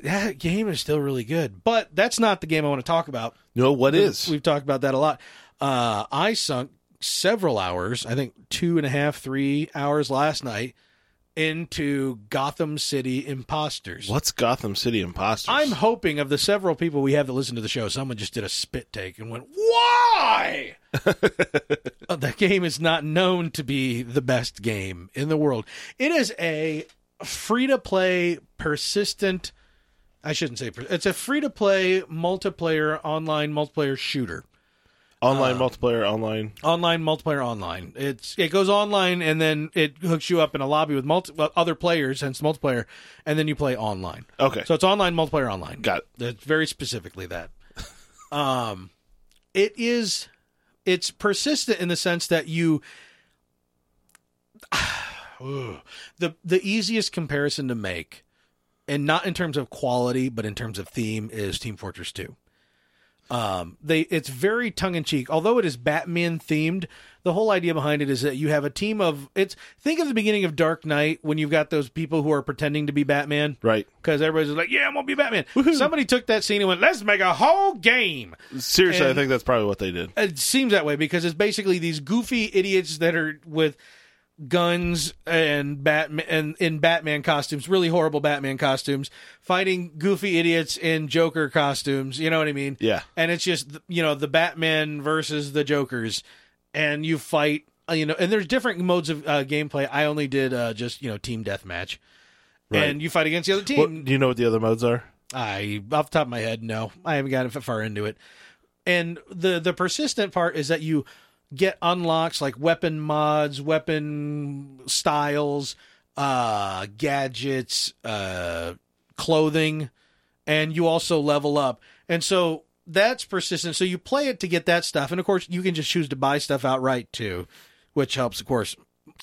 that game is still really good. But that's not the game I want to talk about. No, what We've- is? We've talked about that a lot. Uh, I sunk several hours, I think two and a half, three hours last night into Gotham City Imposters. What's Gotham City Imposters? I'm hoping of the several people we have that listen to the show, someone just did a spit take and went, "Why?" Uh, that game is not known to be the best game in the world. It is a free to play, persistent. I shouldn't say per- it's a free to play multiplayer online multiplayer shooter. uh, online multiplayer online. Online multiplayer online. It's it goes online and then it hooks you up in a lobby with multi- well, other players, hence multiplayer, and then you play online. Okay. So it's online multiplayer online. Got it. That's very specifically that. Um, it is, it's persistent in the sense that you. Ugh. the the easiest comparison to make, and not in terms of quality, but in terms of theme, is Team Fortress Two. Um, they it's very tongue in cheek, although it is Batman themed. The whole idea behind it is that you have a team of it's think of the beginning of Dark Knight when you've got those people who are pretending to be Batman, Right. because everybody's just like, "Yeah, I'm gonna be Batman." Somebody took that scene and went, "Let's make a whole game." Seriously, And- I think that's probably what they did. It seems that way because it's basically these goofy idiots that are with guns and Batman and in Batman costumes, really horrible Batman costumes, fighting goofy idiots in Joker costumes. You know what I mean? Yeah. and it's just you know the Batman versus the Jokers, and you fight uh, you know, and there's different modes of uh, gameplay. I only did uh, just you know team deathmatch, Right. and you fight against the other team. What, do you know what the other modes are? I off the top of my head, no, I haven't gotten far into it. And the the persistent part is that you get unlocks like weapon mods, weapon styles, uh, gadgets, uh, clothing, and you also level up. And so that's persistent. So you play it to get that stuff, and of course you can just choose to buy stuff outright too, which helps, of course,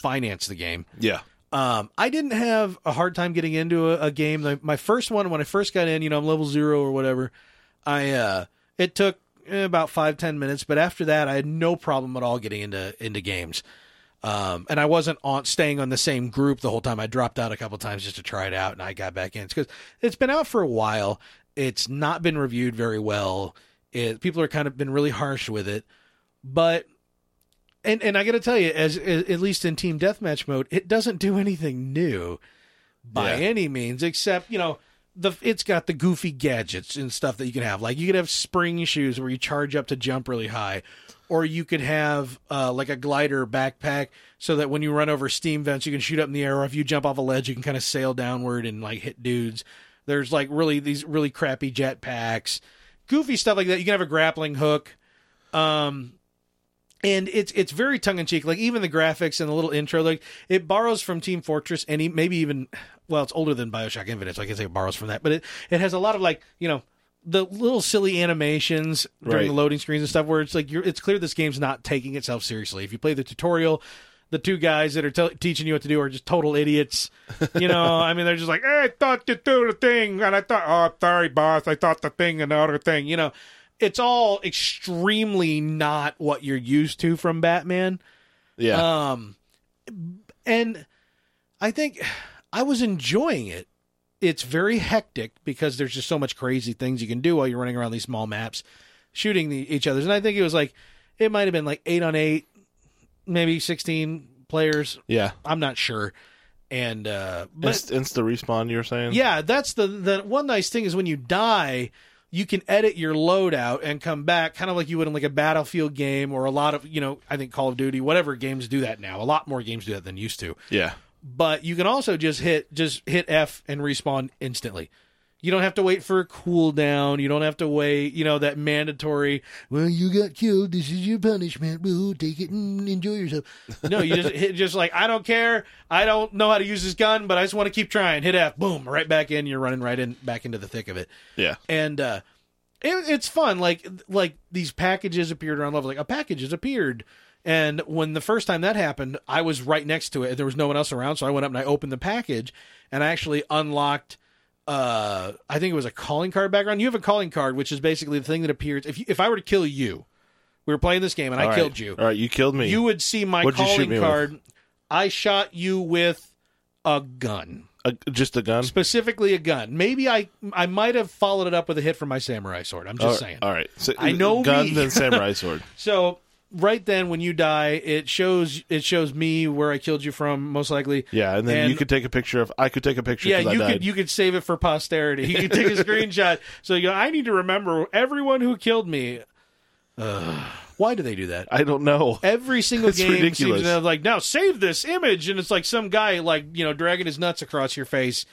finance the game. Yeah. Um, I didn't have a hard time getting into a, a game. The, my first one, when I first got in, you know, I'm level zero or whatever. I uh, it took eh, about five ten minutes, but after that, I had no problem at all getting into into games. Um, and I wasn't on staying on the same group the whole time. I dropped out a couple times just to try it out, and I got back in because it's been out for a while. It's not been reviewed very well. It, people are kind of been really harsh with it, but and and I got to tell you, as, as at least in team deathmatch mode, it doesn't do anything new by Yeah. any means, except you know the it's got the goofy gadgets and stuff that you can have. Like you could have spring shoes where you charge up to jump really high, or you could have uh, like a glider backpack so that when you run over steam vents, you can shoot up in the air. Or if you jump off a ledge, you can kind of sail downward and like hit dudes. There's like really these really crappy jet packs, goofy stuff like that. You can have a grappling hook. Um, and it's it's very tongue in cheek. Like even the graphics and the little intro, like it borrows from Team Fortress, and e- maybe even well, it's older than Bioshock Infinite, so I can say it borrows from that. But it it has a lot of like you know the little silly animations during Right. the loading screens and stuff, where it's like you're, it's clear this game's not taking itself seriously. If you play the tutorial. The two guys that are te- teaching you what to do are just total idiots. You know, I mean, they're just like, hey, I thought you do the thing. And I thought, oh, sorry, boss. I thought the thing and the other thing. You know, it's all extremely not what you're used to from Batman. Yeah. Um, and I think I was enjoying it. It's very hectic because there's just so much crazy things you can do while you're running around these small maps, shooting the, each other's. And I think it was like it might have been like eight on eight, maybe sixteen players. Yeah. I'm not sure. And uh, but Inst- insta respawn, you were saying? yeah, that's the the one nice thing is when you die, you can edit your loadout and come back, kind of like you would in like a battlefield game or a lot of you know I think Call of Duty, whatever games do that now. A lot more games do that than used to. Yeah. But you can also just hit just hit F and respawn instantly. You don't have to wait for a cooldown. You don't have to wait, you know, that mandatory, well, you got killed. This is your punishment. Woo, take it and enjoy yourself. No, you just hit, just like, I don't care. I don't know how to use this gun, but I just want to keep trying. Hit F, boom, right back in. You're running right in, back into the thick of it Yeah. and uh it, it's fun like like these packages appeared around level like a package has appeared and when the first time that happened i was right next to it and there was no one else around so i went up and i opened the package and i actually unlocked uh i think it was a calling card background you have a calling card which is basically the thing that appears if you, if i were to kill you we were playing this game and i All right. killed you All right, you killed me. you would see my What'd you shoot calling me with? card i shot you with a gun Uh, just a gun? specifically a gun. Maybe I I might have followed it up with a hit from my samurai sword. I'm just all, saying. All right. So, I know Gun, me. then samurai sword. So right then when you die, it shows it shows me where I killed you from most likely. Yeah, and then And- you could take a picture of. I could take a picture. Yeah, 'cause I you died. could you could save it for posterity. You could take a screenshot. So you know, I need to remember everyone who killed me. Ugh. why do they do that? I don't know. Every single It's game ridiculous. seems to have like now save this image, and it's like some guy like you know dragging his nuts across your face.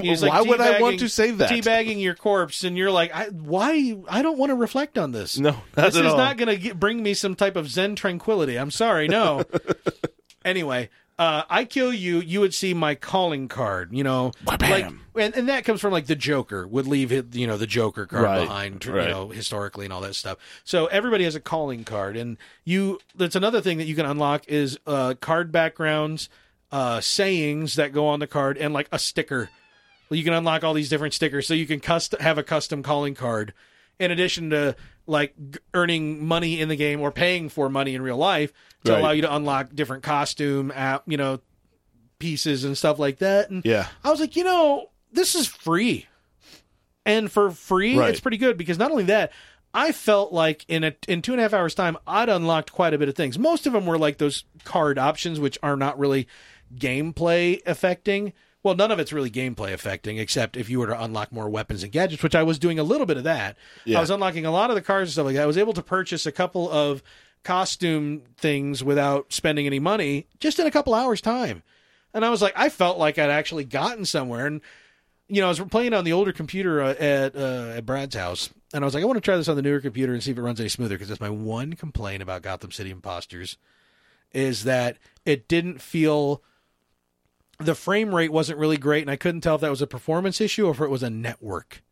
He's, like, Why would I want teabagging- to save that? Teabagging your corpse, and you're like, I, why? I don't want to reflect on this. No, not this at is all. not going to bring me some type of zen tranquility. I'm sorry, no. anyway, uh, I kill you, you would see my calling card. You know, like, and, and that comes from like the Joker would leave his, you know the Joker card Right, behind, you right. know, historically and all that stuff. So everybody has a calling card, and you. That's another thing that you can unlock is uh, card backgrounds, uh, sayings that go on the card, and like a sticker. You can unlock all these different stickers, so you can custom have a custom calling card. In addition to like g- earning money in the game or paying for money in real life to Right. allow you to unlock different costume, app, you know, pieces and stuff like that. And Yeah, I was like, you know, this is free. And for free, Right. it's pretty good because not only that, I felt like in a in two and a half hours time, I'd unlocked quite a bit of things. Most of them were like those card options, which are not really gameplay affecting. Well, none of it's really gameplay affecting, except if you were to unlock more weapons and gadgets, which I was doing a little bit of that. Yeah. I was unlocking a lot of the cars and stuff like that. I was able to purchase a couple of costume things without spending any money just in a couple hours time. And I was like, I felt like I'd actually gotten somewhere. And you know, I was playing on the older computer uh, at uh, at Brad's house, and I was like, I want to try this on the newer computer and see if it runs any smoother. Because that's my one complaint about Gotham City Imposters is that it didn't feel the frame rate wasn't really great, and I couldn't tell if that was a performance issue or if it was a network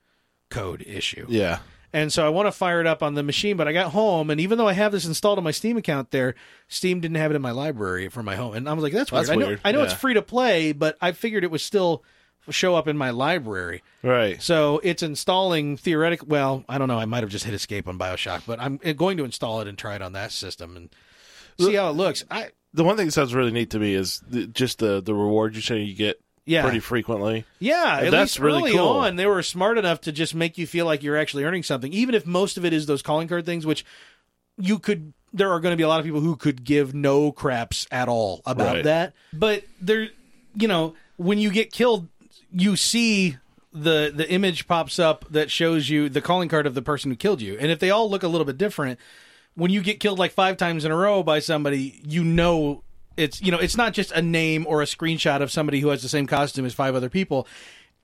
code issue. yeah. And so I want to fire it up on the machine, but I got home, and even though I have this installed on my Steam account there, Steam didn't have it in my library for my home. And I was like, that's weird. That's I know, weird, I know yeah. it's free to play, but I figured it would still show up in my library. Right. So it's installing theoretic. Well, I don't know. I might have just hit escape on Bioshock, but I'm eh, going to install it and try it on that system and see how it looks. I The one thing that sounds really neat to me is the, just the the reward you say you get yeah, pretty frequently. yeah. At That's least really early cool. on, they were smart enough to just make you feel like you're actually earning something, even if most of it is those calling card things, which you could. There are going to be a lot of people who could give no craps at all about Right. that. But there, you know, when you get killed, you see the the image pops up that shows you the calling card of the person who killed you, and if they all look a little bit different, when you get killed like five times in a row by somebody, you know it's you know it's not just a name or a screenshot of somebody who has the same costume as five other people.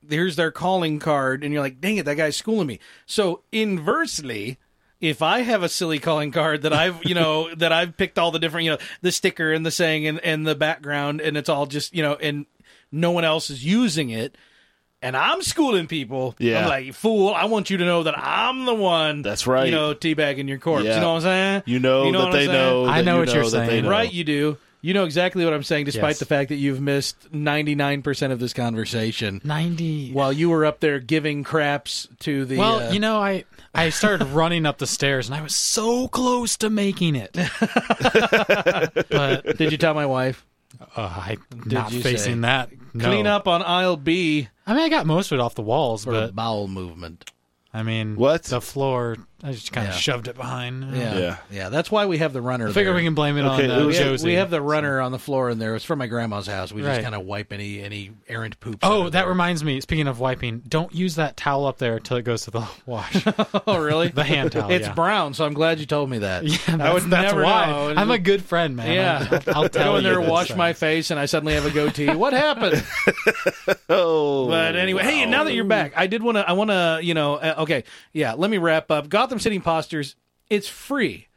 Here's their calling card, and you're like, dang it, that guy's schooling me. So inversely. If I have a silly calling card that I've, you know, that I've picked all the different, you know, the sticker and the saying and, and the background, and it's all just, you know, and no one else is using it, and I'm schooling people. Yeah. I'm like, fool, I want you to know that I'm the one. That's right. You know, teabagging your corpse. Yeah. You know what I'm saying? You know, You know that what I'm they saying? know. I that know you what you're that they saying. know. Right, you do. You know exactly what I'm saying, despite Yes. the fact that you've missed 99% of this conversation Ninety. while you were up there giving craps to the. Well, uh, you know, I I started running up the stairs and I was so close to making it. but did you tell my wife? uh, I'm not you facing say? that. No. Clean up on aisle B I mean, I got most of it off the walls, for but bowel movement. I mean, What? the floor? I just kind of Yeah. shoved it behind. Yeah. Yeah. yeah, That's why we have the runner. I figure there. we can blame it Okay, on uh, it We was- have, Josie. we have the runner on the floor in there. It's from my grandma's house. We Right. just kind of wipe any any errant poops. Oh, that reminds me. Speaking of wiping, don't use that towel up there until it goes to the wash. oh really? the hand towel. it's yeah. brown, so I'm glad you told me that. Yeah, that's, I would that's never why. know. I'm a good friend, man. Yeah. I'll, I'll tell go in you there, this, wash uh, my face, and I suddenly have a goatee. What happened? Oh, But anyway, hey, now that you're back, I did want to. I want to, you know, uh, okay, yeah. Let me wrap up. Gotham City Imposters. It's free.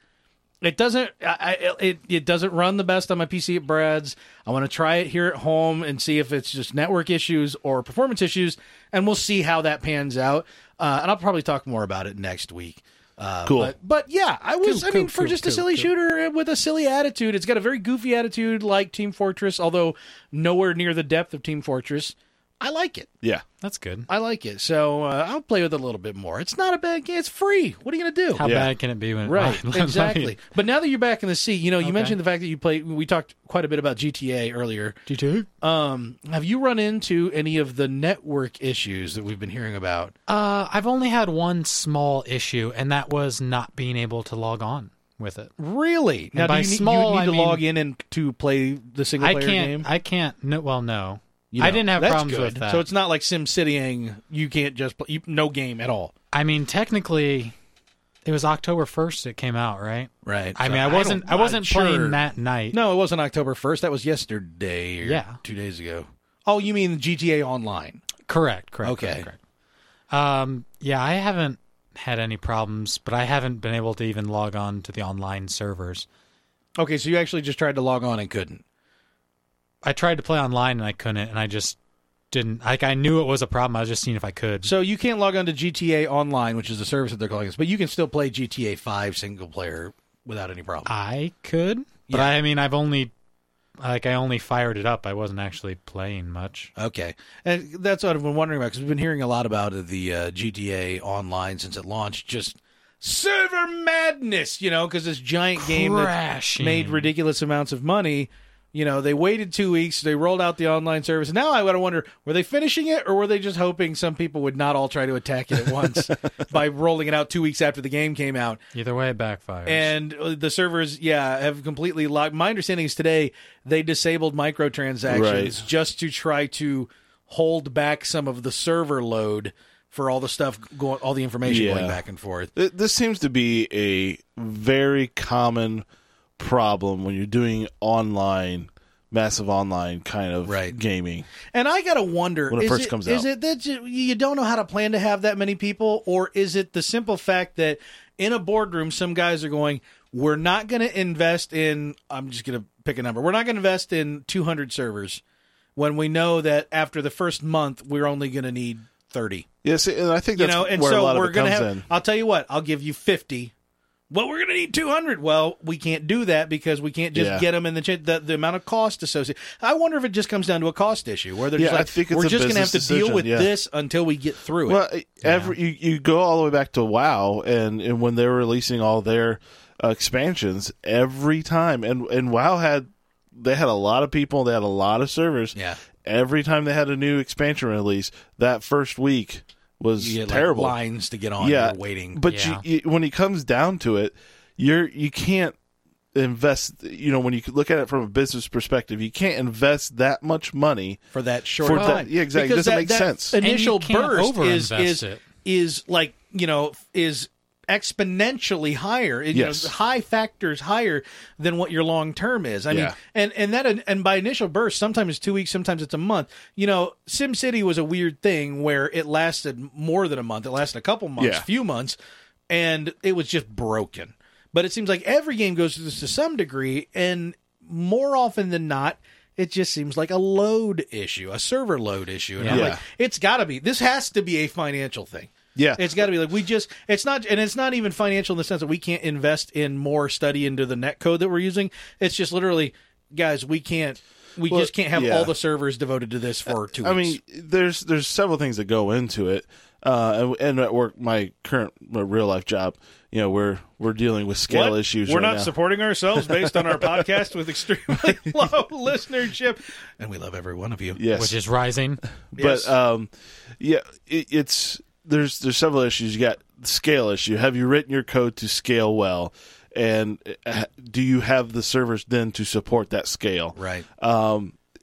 It doesn't. I, I, it it doesn't run the best on my PC at Brad's. I want to try it here at home and see if it's just network issues or performance issues, and we'll see how that pans out. Uh, and I'll probably talk more about it next week. Uh, Cool. But, but yeah, I was. Cool, I mean, cool, for cool, just a cool, silly cool. shooter with a silly attitude, it's got a very goofy attitude like Team Fortress, although nowhere near the depth of Team Fortress. I like it. yeah, That's good. I like it. So uh, I'll play with it a little bit more. It's not a bad game. It's free. What are you going to do? How Yeah. bad can it be when right. Let me- exactly. But now that you're back in the sea, you know, you Okay. mentioned the fact that you play we talked quite a bit about GTA earlier. GTA? Um, have you run into any of the network issues that we've been hearing about? Uh, I've only had one small issue, and that was not being able to log on with it. Really? Now by do you, need- small, you need I to mean- log in and to play the single I player can't. game? I can't. No, well, no. You I know, didn't have that's problems good. with that. So it's not like SimCitying. You can't just play you, no game at all. I mean, technically, it was October first. It came out, right? Right. I mean, I wasn't. I, wasn't playing that night. No, it wasn't October 1st. That was yesterday or Yeah. two days ago. Oh, you mean GTA Online? Correct. Correct. Okay. Correct, correct. Um. Yeah, I haven't had any problems, but I haven't been able to even log on to the online servers. Okay, so you actually just tried to log on and couldn't. I tried to play online and I couldn't, and I just didn't. Like, I knew it was a problem. I was just seeing if I could. So you can't log on to GTA Online, which is the service that they're calling this, but you can still play GTA 5 single player without any problem. I could, but Yeah. I mean, I've only like I only fired it up. I wasn't actually playing much. Okay, and that's what I've been wondering about because we've been hearing a lot about the uh, GTA Online since it launched. Just server madness, you know, because this giant game that Crashing. made ridiculous amounts of money. You know, they waited two weeks, they rolled out the online service. Now I gotta wonder, were they finishing it or were they just hoping some people would not all try to attack it at once by rolling it out two weeks after the game came out? Either way, it backfires. And uh, the servers, yeah, have completely locked. My understanding is today they disabled microtransactions Right. just to try to hold back some of the server load for all the stuff going, all the information going Yeah. back and forth. Th- this seems to be a very common problem when you're doing online, massive online kind of Right. gaming. And I gotta wonder, When it is first comes is out. it that you, you don't know how to plan to have that many people, or is it the simple fact that in a boardroom, some guys are going, "We're not going to invest in." I'm just going to pick a number. We're not going to invest in 200 servers when we know that after the first month, we're only going to need 30. Yes, and I think You that's know, and where a so lot we're of it comes going to have. in. I'll tell you what. I'll give you 50. Well, we're going to need 200. Well, we can't do that because we can't just Yeah. get them in the, ch- the the amount of cost associated. I wonder if it just comes down to a cost issue where they're just Yeah, I like, think it's we're a just gonna have business to deal decision, with yeah. this until we get through it. Well, e, every you, you go all the way back to WoW, and, and when they were releasing all their uh, expansions, every time, and and WoW had they had a lot of people, they had a lot of servers. Yeah. Every time they had a new expansion release, that first week was you get like, terrible. lines to get on. yeah, you're waiting. But Yeah. you, you, when it comes down to it, you're you can't invest. You know, when you look at it from a business perspective, you can't invest that much money. for that short For that- time. yeah, exactly. Because Doesn't that- make that sense. you Initial can't burst is overinvest is, it. is like you know is exponentially higher. You know, Yes. high factors higher than what your long term is. I mean, Yeah. and and that and by initial burst, sometimes it's two weeks, sometimes it's a month. You know, SimCity was a weird thing where it lasted more than a month. It lasted a couple months, Yeah. few months, and it was just broken. But it seems like every game goes through this to some degree, and more often than not, it just seems like a load issue, a server load issue. And I'm Yeah. like, it's got to be. This has to be a financial thing. Yeah, It's got to be like we just. It's not, and it's not even financial in the sense that we can't invest in more study into the net code that we're using. It's just literally, guys, we can't. We Well, just can't have yeah. all the servers devoted to this for two. I weeks. mean, there's there's several things that go into it. uh, and at work, my current my real life job, you know, we're we're dealing with scale What? issues. We're right not now. supporting ourselves based on our podcast with extremely low listenership. and we love every one of you. yes, which is rising. Yes. but um, yeah, it, it's there's there's several issues. You got the scale issue. Have you written your code to scale well? And uh, do you have the servers then to support that scale? Um, Right.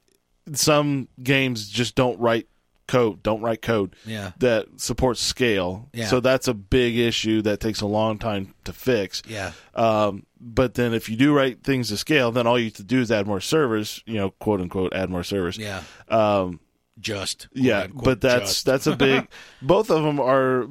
Some games just don't write code. Don't write code. Yeah. That supports scale. Yeah. So that's a big issue that takes a long time to fix. Yeah. Um, but then if you do write things to scale, then all you have to do is add more servers. You know, quote unquote, add more servers. Yeah. Um, Just. yeah, quote, unquote, but that's just. that's a big. both of them are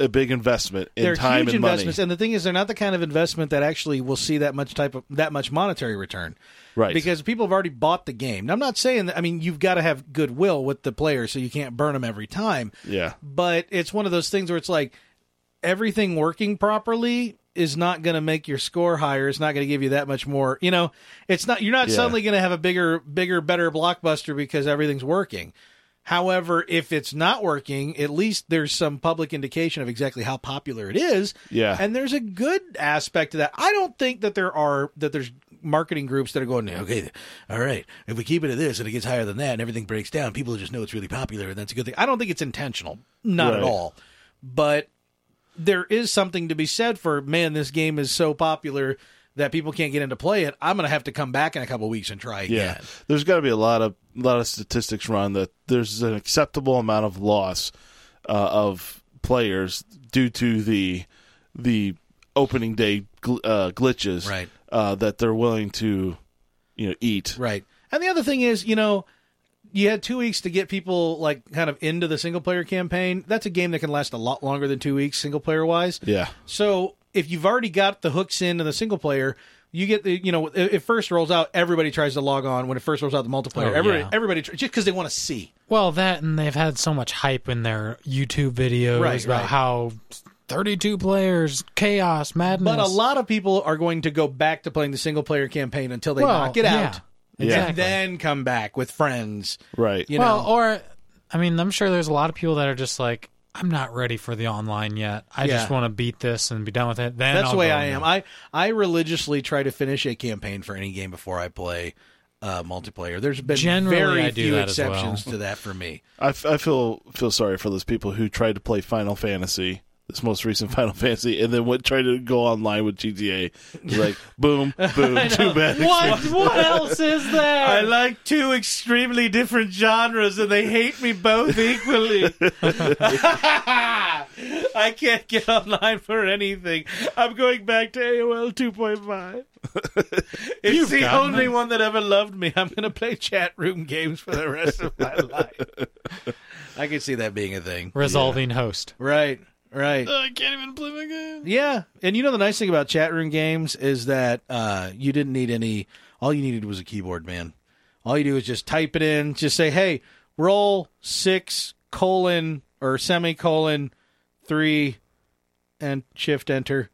a big investment in they're time huge and money. investments, and the thing is, they're not the kind of investment that actually will see that much type of that much monetary return. Right. Because people have already bought the game. Now, I'm not saying that. I mean, you've got to have goodwill with the players, so you can't burn them every time. yeah, But it's one of those things where it's like everything working properly is not going to make your score higher. It's not going to give you that much more. You know, it's not. You're not Yeah. suddenly going to have a bigger, bigger, better blockbuster because everything's working. However, if it's not working, at least there's some public indication of exactly how popular it is. Yeah. And there's a good aspect to that. I don't think that there are that there's marketing groups that are going, okay, all right, if we keep it at this and it gets higher than that and everything breaks down, people just know it's really popular and that's a good thing. I don't think it's intentional. Not at Right. all. But there is something to be said for man, this game is so popular that people can't get in to play it. I'm gonna have to come back in a couple weeks and try yeah. again. There's got to be a lot of lot of statistics run that there's an acceptable amount of loss uh, of players due to the the opening day gl- uh, glitches Right. uh, that they're willing to you know eat. Right. And the other thing is, you know, you had two weeks to get people like kind of into the single player campaign. That's a game that can last a lot longer than two weeks single player wise. Yeah. So if you've already got the hooks in to the single player, you get the you know it, it first rolls out. Everybody tries to log on when it first rolls out the multiplayer. Oh, everybody, yeah. everybody tr- just because they want to see. Well, that and they've had so much hype in their YouTube videos Right, about right. how 32 players, chaos, madness. But a lot of people are going to go back to playing the single player campaign until they Well, knock it yeah, out, exactly. and then come back with friends. Right. You well, know, or I mean, I'm sure there's a lot of people that are just like, I'm not ready for the online yet. I Yeah. just want to beat this and be done with it. Then That's I'll the way go I am. now. I I religiously try to finish a campaign for any game before I play uh, multiplayer. There's been Generally, very I do few that as well. exceptions to that for me. I, f- I feel feel sorry for those people who tried to play Final Fantasy, this most recent Final Fantasy, and then went tried to go online with GTA. It's like boom, boom, too bad. What? what else is there? like two extremely different genres, and they hate me both equally. I can't get online for anything. I'm going back to AOL 2.5. It's the gotten only one that ever loved me. I'm going to play chat room games for the rest of my life. I can see that being a thing. Resolving host. Right, right. I can't even play my game. Yeah, and you know the nice thing about chat room games is that uh, you didn't need any. All you needed was a keyboard, man. All you do is just type it in. Just say, "Hey, roll six colon or semicolon three, and shift enter."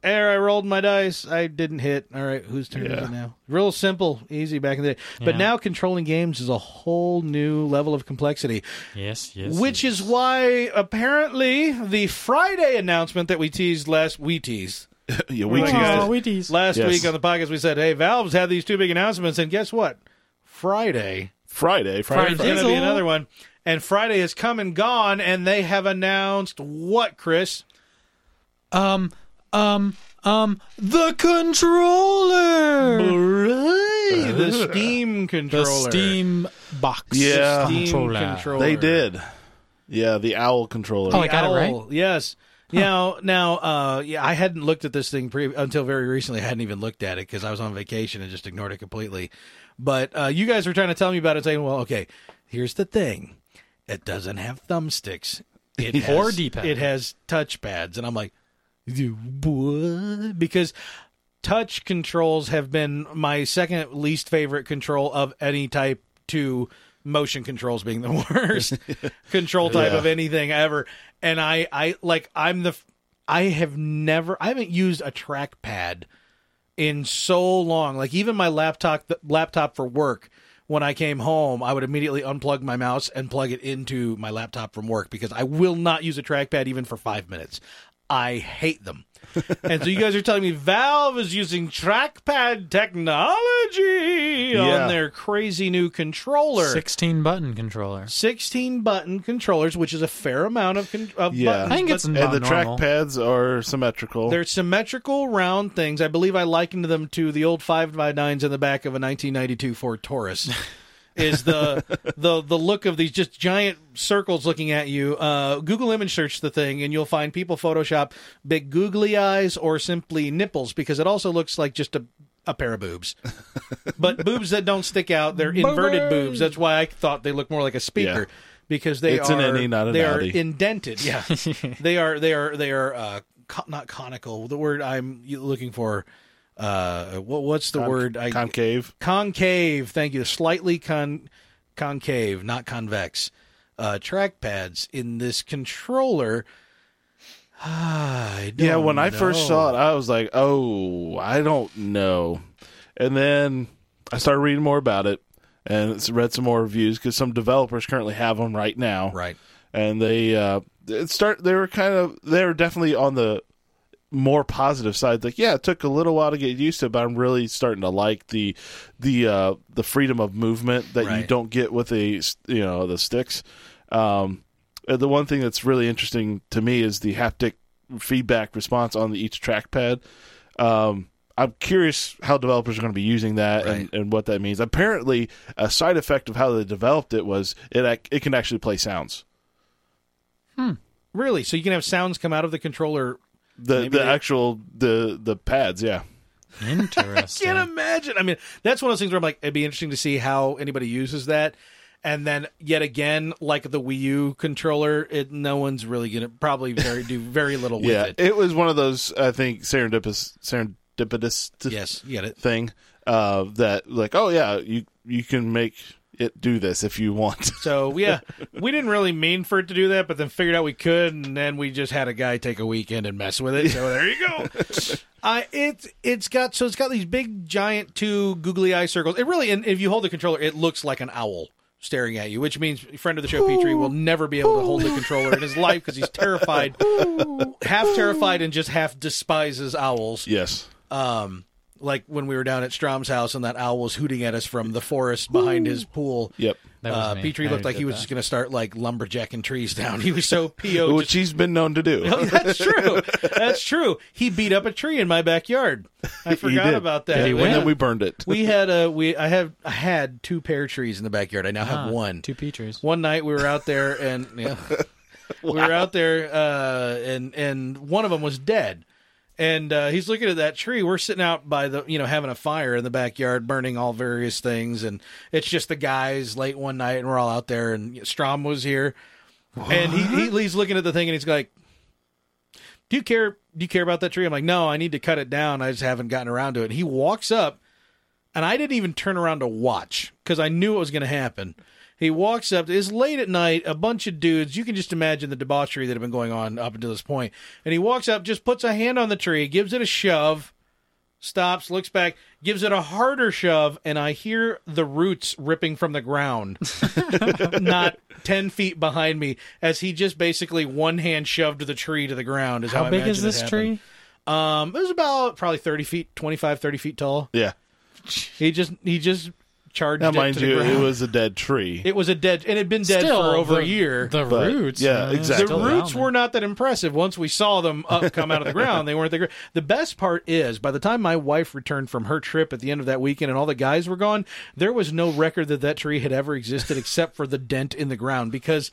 There, I rolled my dice. I didn't hit. All right, whose turn is Yeah. it now? Real simple, easy back in the day. But Yeah. now controlling games is a whole new level of complexity. Yes, yes. Which is why apparently the Friday announcement that we teased last we teased yeah, uh, we yes. teased Aw, it. we teased. last Yes. week on the podcast we said, "Hey, Valve's had these two big announcements and guess what? Friday Friday, Friday. Friday, there's going to be Dizzle. another one." And Friday has come and gone and they have announced what, Chris? Um, um, um, the controller. the Steam The controller. Steam box. Yeah. Steam controller. They did. Yeah, the owl controller. Oh, I got it right? Owl, Yes. Now, now, uh, yeah, I hadn't looked at this thing pre- until very recently. I hadn't even looked at it because I was on vacation and just ignored it completely. But uh, you guys were trying to tell me about it, saying, "Well, okay, here's the thing: it doesn't have thumbsticks. It has, Or D-pad. It has touch pads." And I'm like, "You what?" because touch controls have been my second least favorite control of any type to motion controls being the worst control type Yeah. of anything ever and i i like i'm the f- i have never i haven't used a trackpad in so long like even my laptop laptop for work when I came home, I would immediately unplug my mouse and plug it into my laptop from work because I will not use a trackpad even for five minutes. I hate them. and so you guys are telling me Valve is using trackpad technology Yeah. on their crazy new controller. 16 button controller. 16 button controllers, which is a fair amount of, con- of Yeah. buttons. I think but it's and not the normal. trackpads are symmetrical. they're symmetrical round things. I believe I likened them to the old 5x9s in the back of a 1992 Ford Taurus. is the the the look of these just giant circles looking at you. Uh, Google image search the thing, and you'll find people Photoshop big googly eyes or simply nipples because it also looks like just a a pair of boobs, but boobs that don't stick out. They're inverted boobs. That's why I thought they look more like a speaker because they It's are an innie, not an they are outie. indented. Yeah, they are they are they are uh, co- not conical. The word I'm looking for. Uh, what what's the word? I concave. concave. Thank you. Slightly con concave, not convex. Uh, trackpads in this controller. I Yeah, don't when I first know. saw it, I was like, "Oh, I don't know." And then I started reading more about it and it's- read some more reviews because some developers currently have them right now. right, and they uh, it start. They were kind of they were definitely on the more positive side. Like, yeah, it took a little while to get used to, it, but I'm really starting to like the the uh, the freedom of movement that you Right. don't get with a s- you know the sticks. Um, uh, the one thing that's really interesting to me is the haptic feedback response on the, each trackpad. Um, I'm curious how developers are going to be using that and, and what that means. Apparently, a side effect of how they developed it was it ac- it can actually play sounds. really. So you can have sounds come out of the controller. The Maybe the they- actual the the pads, yeah. Interesting. Can't imagine. I mean, that's one of those things where I'm like, it'd be interesting to see how anybody uses that. And then yet again, like the Wii U controller, it, no one's really gonna probably very do very little with yeah, it. it. was one of those I think serendipitous serendipitous t- Yes, you get it. thing uh, that like oh yeah you you can make it do this if you want. So yeah, we didn't really mean for it to do that, but then figured out we could, and then we just had a guy take a weekend and mess with it. So there you go. Uh, it it's got so it's got these big giant two googly eye circles. It really, and if you hold the controller, it looks like an owl staring at you, which means friend of the show Petrie will never be able to hold the controller in his life because he's terrified, half terrified and just half despises owls yes. um, like when we were down at Strom's house and that owl was hooting at us from the forest behind his pool. Yep. That was Uh, me. Petrie I looked like he did was that. just going to start like lumberjacking trees down. He was so PO. Which he's been known to do. Oh, that's true. That's true. He beat up a tree in my backyard. I forgot did. about that. We- he went. and then we burned it. We had a we. I have I had two pear trees in the backyard. I now have Ah, one. Two Petries. One night we were out there and yeah, we were out there uh, and and one of them was dead. And uh, he's looking at that tree. We're sitting out by the, you know, having a fire in the backyard, burning all various things. And it's just the guys late one night, and we're all out there. And Strom was here, and he, he he's looking at the thing, and he's like, "Do you care? Do you care about that tree?" I'm like, "No, I need to cut it down. I just haven't gotten around to it." And he walks up, and I didn't even turn around to watch because I knew what was going to happen. He walks up. It's late at night. A bunch of dudes. You can just imagine the debauchery that have been going on up until this point. And he walks up, just puts a hand on the tree, gives it a shove, stops, looks back, gives it a harder shove, and I hear the roots ripping from the ground, not ten feet behind me, as he just basically one hand shoved the tree to the ground. Is how, How I big imagine is it this happened. tree? Um, it was about probably thirty feet, 25, 30 feet tall. Yeah. He just he just charged Now, it mind to the you, it ground. was a dead tree. It was a dead, and it had been dead Still, for over the, a year. The but- roots. yeah, uh, exactly. The still roots down were not that impressive once we saw them up come out of the ground. They weren't that great. The best part is, by the time my wife returned from her trip at the end of that weekend and all the guys were gone, there was no record that that tree had ever existed except for the dent in the ground because.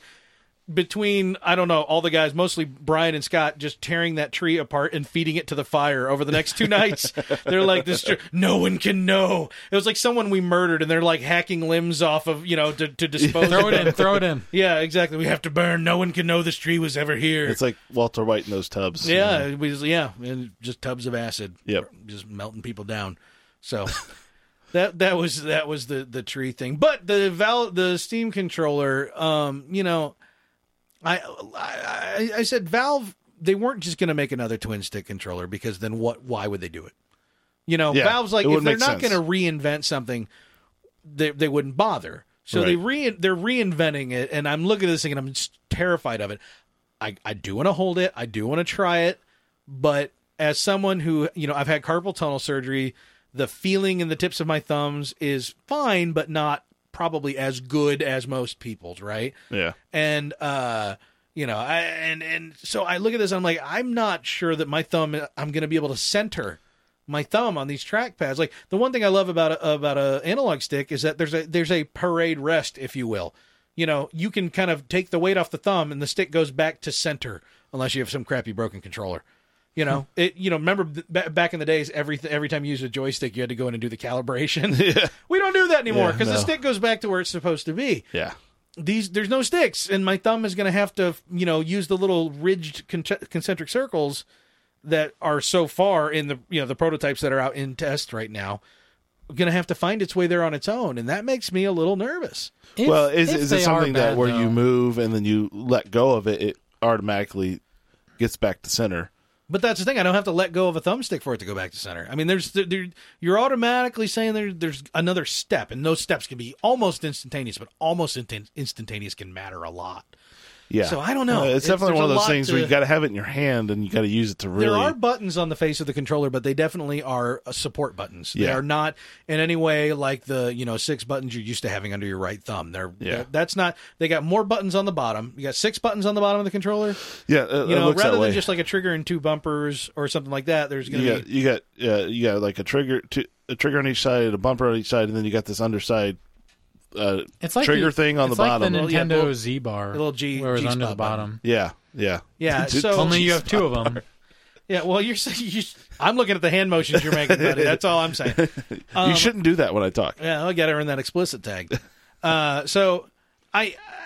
Between I don't know all the guys, mostly Brian and Scott, just tearing that tree apart and feeding it to the fire over the next two nights. They're like, "This, tr- no one can know." It was like someone we murdered, and they're like hacking limbs off of you know to, to dispose. Throw of it in. Throw it in. yeah, exactly. We have to burn. No one can know this tree was ever here. It's like Walter White in those tubs. yeah, it was, yeah, and just tubs of acid. Yep. just melting people down. So that that was that was the the tree thing. But the Val the Steam controller, um, you know, I I, I- I said Valve they weren't just going to make another twin stick controller because then what? Why would they do it? You know, Yeah, Valve's like it if wouldn't they're make not sense. going to reinvent something, they they wouldn't bother. So they re they're reinventing it, and I'm looking at this thing and I'm just terrified of it. I I do want to hold it. I do want to try it, but as someone who you know I've had carpal tunnel surgery, the feeling in the tips of my thumbs is fine, but not probably as good as most people's. Right Yeah. and uh you know I, and and so i look at this and i'm like i'm not sure that my thumb i'm going to be able to center my thumb on these track pads like the one thing i love about a, about a analog stick is that there's a there's a parade rest if you will you know you can kind of take the weight off the thumb and the stick goes back to center unless you have some crappy broken controller you know Hmm. it you know remember b- back in the days every every time you used a joystick you had to go in and do the calibration we don't do that anymore Yeah, because the no. stick goes back to where it's supposed to be Yeah. these there's no sticks and my thumb is going to have to you know use the little ridged con- concentric circles that are so far in the you know the prototypes that are out in test right now going to have to find its way there on its own and that makes me a little nervous If- well, is, if is they it are something that bad, where you though- move and then you let go of it, it automatically gets back to center? but that's the thing i don't have to let go of a thumbstick for it to go back to center i mean there's there, there- you're automatically saying there, there's another step and those steps can be almost instantaneous but almost instan- instantaneous can matter a lot Yeah. So I don't know. Uh, it's, It's- definitely there's one of a those lot things where to- you got to have it in your hand and you got to use it to really. There are buttons on the face of the controller, but they definitely are uh, support buttons. They Yeah. are not in any way like the you know six buttons you're used to having under your right thumb. They're Yeah. that- that's not. They got more buttons on the bottom. You got six buttons on the bottom of the controller. yeah. It, You it know, looks rather that way. than just like a trigger and two bumpers or something like that. There's gonna you got be you got uh, you got like a trigger to, a trigger on each side, a bumper on each side, and then you got this underside uh, it's like trigger the- thing on the it's like bottom. The Well, yeah, Nintendo little- Z bar, little G- where it's G-spot under the bottom. yeah, yeah, yeah. It's- So Only you have two of them. yeah. Well, you're, saying- you I'm looking at the hand motions you're making, buddy. That's all I'm saying. you shouldn't do that when I talk. Yeah, um, I got to earn that explicit tag. Uh, so I. I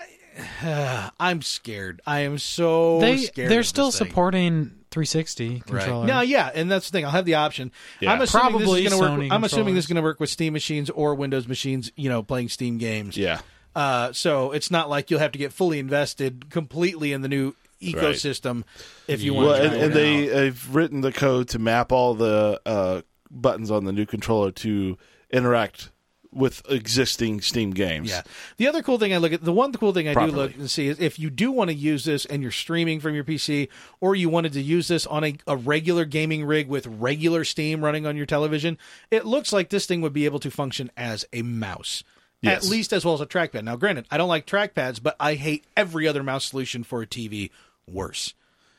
I'm scared. I am so They scared. of they're this still thing. supporting 360 controller. Right. No, yeah, and that's the thing. I'll have the option. Yeah. I'm assuming Probably this is gonna work. Sony I'm assuming this controllers. is going to work with Steam machines or Windows machines. You know, playing Steam games. Yeah, Uh, so it's not like you'll have to get fully invested completely in the new ecosystem if you well, want. to and, and they have written the code to map all the uh, buttons on the new controller to interact with existing Steam games. Yeah. The other cool thing I look at, the one cool thing I do Properly. look and see is if you do want to use this and you're streaming from your PC or you wanted to use this on a, a regular gaming rig with regular Steam running on your television, it looks like this thing would be able to function as a mouse. Yes. At least as well as a trackpad. Now, granted, I don't like trackpads, but I hate every other mouse solution for a TV worse.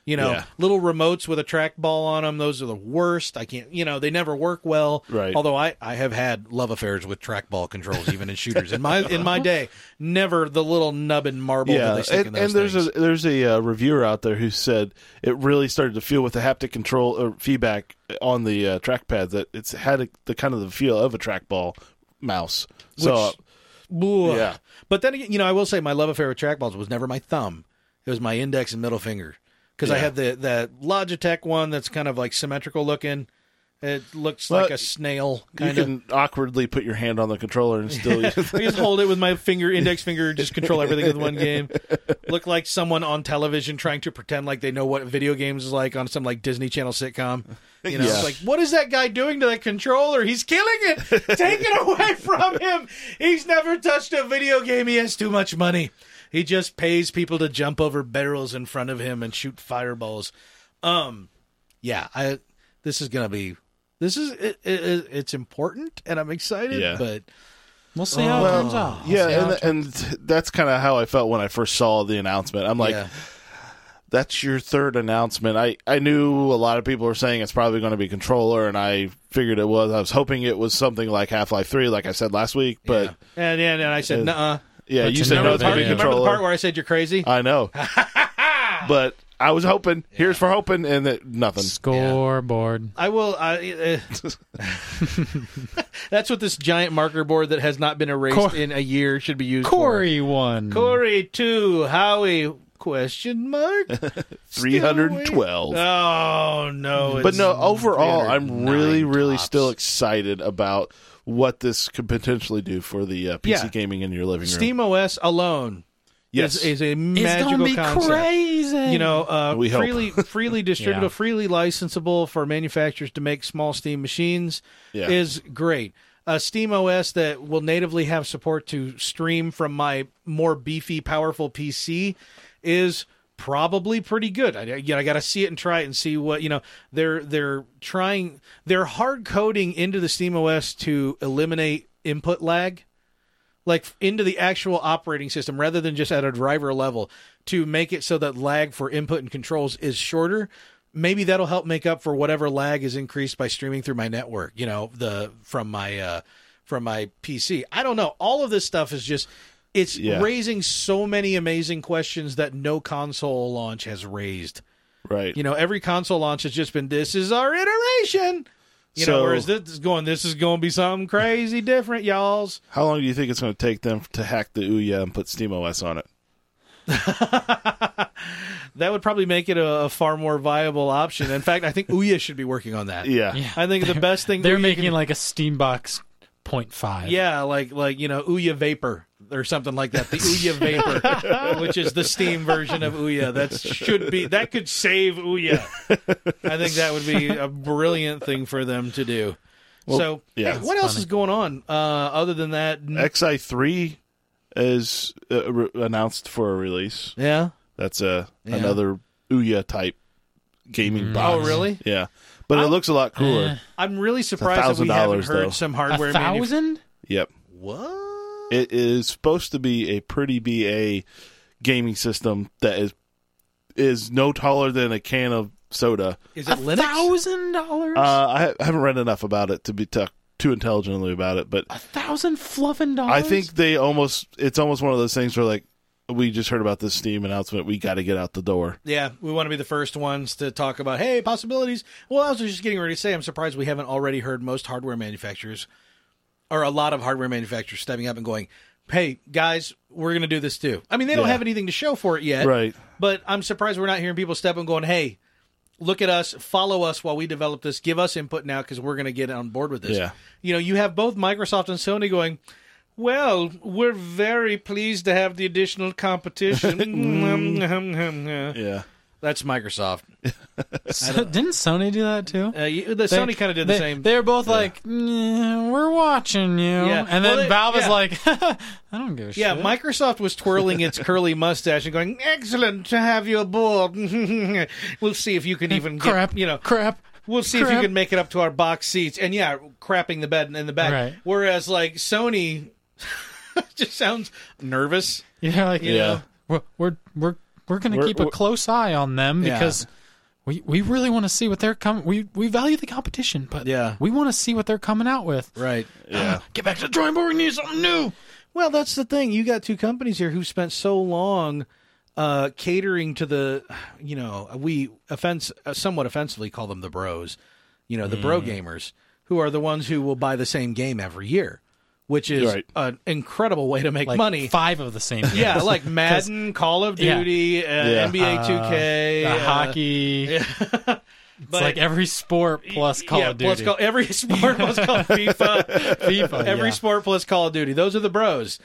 You know, Yeah. little remotes with a trackball on them, those are the worst. I can't, you know, they never work well. Right. Although I, I have had love affairs with trackball controls, even in shooters. In my in my day, never the little nubbin marble that Yeah, they stick and, in and those there's things. a there's a uh, reviewer out there who said it really started to feel with the haptic control or feedback on the uh, trackpad that it's had a, the kind of the feel of a trackball mouse. So uh, Blah. Yeah. But then again, you know, I will say my love affair with trackballs was never my thumb. It was my index and middle finger because I Yeah. had the the Logitech one that's kind of like symmetrical looking. It looks Well, like a snail you kind of. can awkwardly put your hand on the controller and still. I just hold it with my finger, index finger, just control everything with one game. Look like someone on television trying to pretend like they know what video games is like on some like Disney Channel sitcom. You know, Yeah. it's like, what is that guy doing to that controller? He's killing it. Take it away from him. He's never touched a video game. He has too much money. He just pays people to jump over barrels in front of him and shoot fireballs. Um, yeah, I. This is gonna be. This is it, it, it's important, and I'm excited. Yeah. But We'll see how Well, it comes out. We'll see how yeah, it- and, and that's kind of how I felt when I first saw the announcement. I'm like, yeah. that's your third announcement. I, I knew a lot of people were saying it's probably going to be controller, and I figured it was. I was hoping it was something like Half Life 3, like I said last week, but yeah. and and, and I said, Uh, "Nuh." yeah, But you you said never no, it's going to be thought- Remember the part controller. where I said you're crazy? I know. but I was hoping, here's for hoping, and that, nothing. scoreboard. I will. I, uh, that's what this giant marker board that has not been erased Cor- in a year should be used Corey won. for. Corey two Howie question mark 312. Oh no! but it's no, overall, I'm 309 really, really tops. still excited about what this could potentially do for the uh, PC Yeah. gaming in your living room. Steam OS alone. yes. is, is a It's gonna magical be concept. crazy. you know, uh, We hope. freely freely distributable, Yeah. freely licensable for manufacturers to make small steam machines Yeah. is great. a Steam OS that will natively have support to stream from my more beefy, powerful PC is probably pretty good. I, you know, I got to see it and try it and see what you know. They're they're trying. They're hard coding into the Steam OS to eliminate input lag like into the actual operating system rather than just at a driver level to make it so that lag for input and controls is shorter maybe that'll help make up for whatever lag is increased by streaming through my network you know the from my uh from my pc i don't know all of this stuff is just it's Yeah. raising so many amazing questions that no console launch has raised Right. you know every console launch has just been this is our iteration you know So- whereas this is going this is going to be something crazy different y'all's How long do you think it's going to take them to hack the Ouya and put SteamOS on it? that would probably make it a, a far more viable option. In fact, I think Ouya should be working on that. Yeah. Yeah. I think the best thing They're Ouya making can- like a Steambox 0.5. yeah, like like you know Ouya Vapor or something like that. The Ouya Vapor, which is the Steam version of Ouya. That should be that could save Ouya. I think that would be a brilliant thing for them to do. so, yeah, hey, it's what else is going on uh, other than that? n- XI3 is uh, re- announced for a release. yeah. That's a another Ouya type gaming box. Oh, really? eh. Yeah. But it looks a lot cooler. I'm really surprised that we haven't $1,000 heard though. some A hardware. manuf- thousand? Yep. what? It is supposed to be a pretty BA gaming system that is is no taller than a can of soda. Is A it Linux? thousand dollars? Uh, I, ha- I haven't read enough about it to be talk too intelligently about it, but a thousand fluffin' dollars? I think they almost it's almost one of those things where like we just heard about this Steam announcement, we got to get out the door. Yeah, we want to be the first ones to talk about hey possibilities. Well, I was just getting ready to say I'm surprised we haven't already heard most hardware manufacturers or a lot of hardware manufacturers stepping up and going, "Hey guys, we're going to do this too." I mean, they don't Yeah. have anything to show for it yet, Right. But I'm surprised we're not hearing people step up and going, "Hey, look at us, follow us while we develop this. Give us input now because we're going to get on board with this." Yeah. You know, you have both Microsoft and Sony going. Well, we're very pleased to have the additional competition. Yeah. That's Microsoft. So, didn't Sony do that too? Uh, you- the They- Sony kind of did the they- same. They're both like, "Mm, "We're watching you," Yeah. and Well, then they- Valve is yeah. like, "I don't give a yeah, shit." Microsoft was twirling its curly mustache and going, "Excellent to have you aboard. we'll see if you can even get- crap. you know, crap. we'll see if crap. you can make it up to our box seats." And yeah, crapping the bed in the back. Right. Whereas like Sony just sounds nervous. Yeah, like Yeah. know? we're we're we're, we're gonna We're- keep a we're- close eye on them Yeah. because we we really want to see what they're coming. We we value the competition, but Yeah. we want to see what they're coming out with. Right. Yeah. Get back to the drawing board. We need something new. Well, that's the thing. You got two companies here who spent so long uh, catering to the, you know, we offense uh, somewhat offensively call them the bros, you know, the bro gamers who are the ones who will buy the same game every year, which is Right. an incredible way to make Like money. Five of the same. Games. yeah, like Madden, Call of Yeah. Duty, Yeah. Uh, NBA 2K, The uh, hockey. it's but- like every sport plus Call yeah, of Duty. Plus call, every sport plus Call of FIFA. FIFA, Every yeah. sport plus Call of Duty. Those are the bros.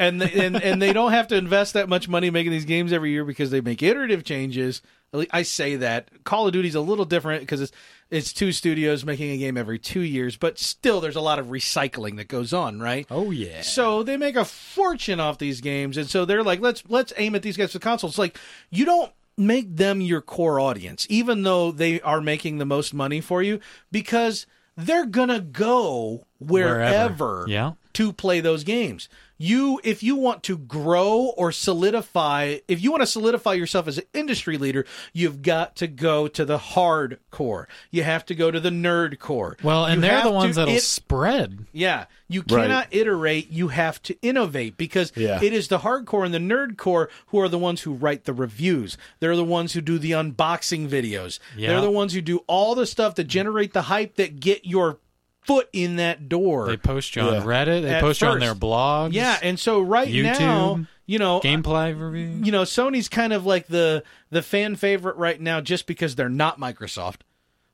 And, the, and and they don't have to invest that much money making these games every year because they make iterative changes. At least I say that Call of Duty's a little different because it's it's two studios making a game every two years, but still there's a lot of recycling that goes on, right? Oh yeah. So they make a fortune off these games, and so they're like, let's let's aim at these guys for consoles. Like you don't make them your core audience, even though they are making the most money for you, because they're gonna go wherever, Wherever. Yeah. to play those games. You, if you want to grow or solidify, if you want to solidify yourself as an industry leader, you've got to go to the hardcore. You have to go to the nerd core. Well, and You they're have the to- ones that'll it- spread. yeah, you Right. cannot iterate. You have to innovate because Yeah. it is the hardcore and the nerdcore who are the ones who write the reviews. They're the ones who do the unboxing videos. Yeah. They're the ones who do all the stuff that generate the hype that get your foot in that door. They post you on Yeah. Reddit. They At post you on their first. blogs. yeah, and so right now, YouTube, you know, Gameplay review. you know, Sony's kind of like the the fan favorite right now just because they're not Microsoft.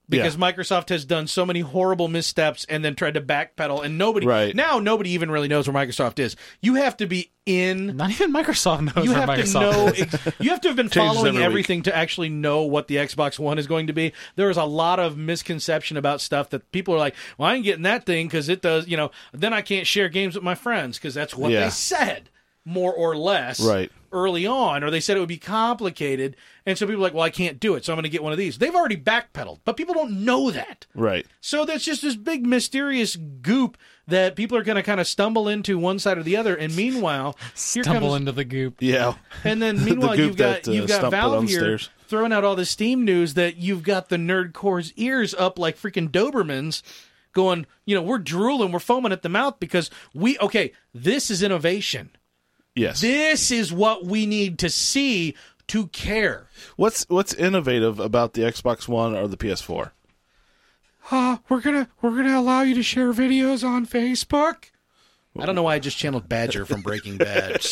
because Microsoft has done so many horrible missteps and then tried to backpedal, and nobody Right. now nobody even really knows where Microsoft is. You have to be in. Not even Microsoft knows You where have Microsoft to know. is. ex- You have to have been Changes following every week. everything to actually know what the Xbox One is going to be. There is a lot of misconception about stuff that people are like, "Well, I ain't getting that thing because it does." You know, then I can't share games with my friends because that's what Yeah. they said, more or less Right. early on, or they said it would be complicated. And so people are like, well, I can't do it, so I'm going to get one of these. They've already backpedaled, but people don't know that. Right. So that's just this big mysterious goop that people are going to kind of stumble into one side or the other. And meanwhile, here Stumble comes, into the goop. Yeah. and then meanwhile, goop you've got that, uh, you've got stumbled Valve here downstairs. throwing out all this Steam news that you've got the nerdcore's ears up like freaking Dobermans, going, you know, we're drooling, we're foaming at the mouth because we okay, this is innovation. Yes. This is what we need to see to care. what's what's innovative about the Xbox One or the PS4? Uh, we're gonna we're gonna allow you to share videos on Facebook. I don't know why I just channeled Badger from Breaking Bad.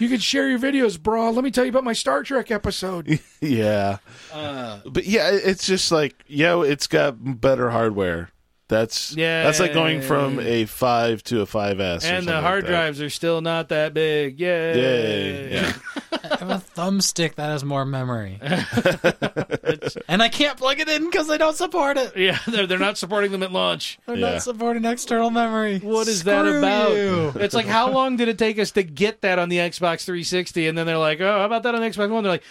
you can share your videos, bro. Let me tell you about my Star Trek episode. Yeah. Uh. but yeah, it- it's just like, yeah, it's got better hardware. That's Yeah. That's like going from a 5 to a 5S. or and the something hard like that. drives are still not that big. Yay. Yay! Yeah. I have a thumbstick that has more memory. and I can't plug it in because they don't support it. Yeah, they're, they're not supporting them at launch. They're Yeah. not supporting external memory. What is that Screw about? you. It's like how long did it take us to get that on the Xbox 360? And then they're like, oh, how about that on the Xbox One? They're like,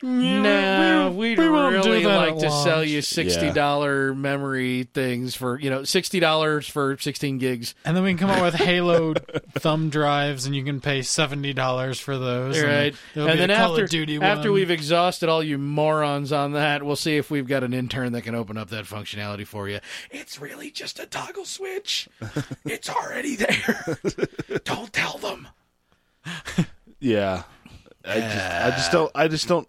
no, we- we'd we won't do really that like at to sell launch." you sixty dollar memory things for you know sixty dollars for sixteen gigs. And then we can come up with Halo thumb drives, and you can pay seventy dollars for those. All right, and, and, then then a Call after of Duty after one. we've exhausted all you morons on that, we'll see if we've got an intern that can open up that functionality for you. It's really just a toggle switch. it's already there. Don't tell them. Yeah. I just, I just don't I just don't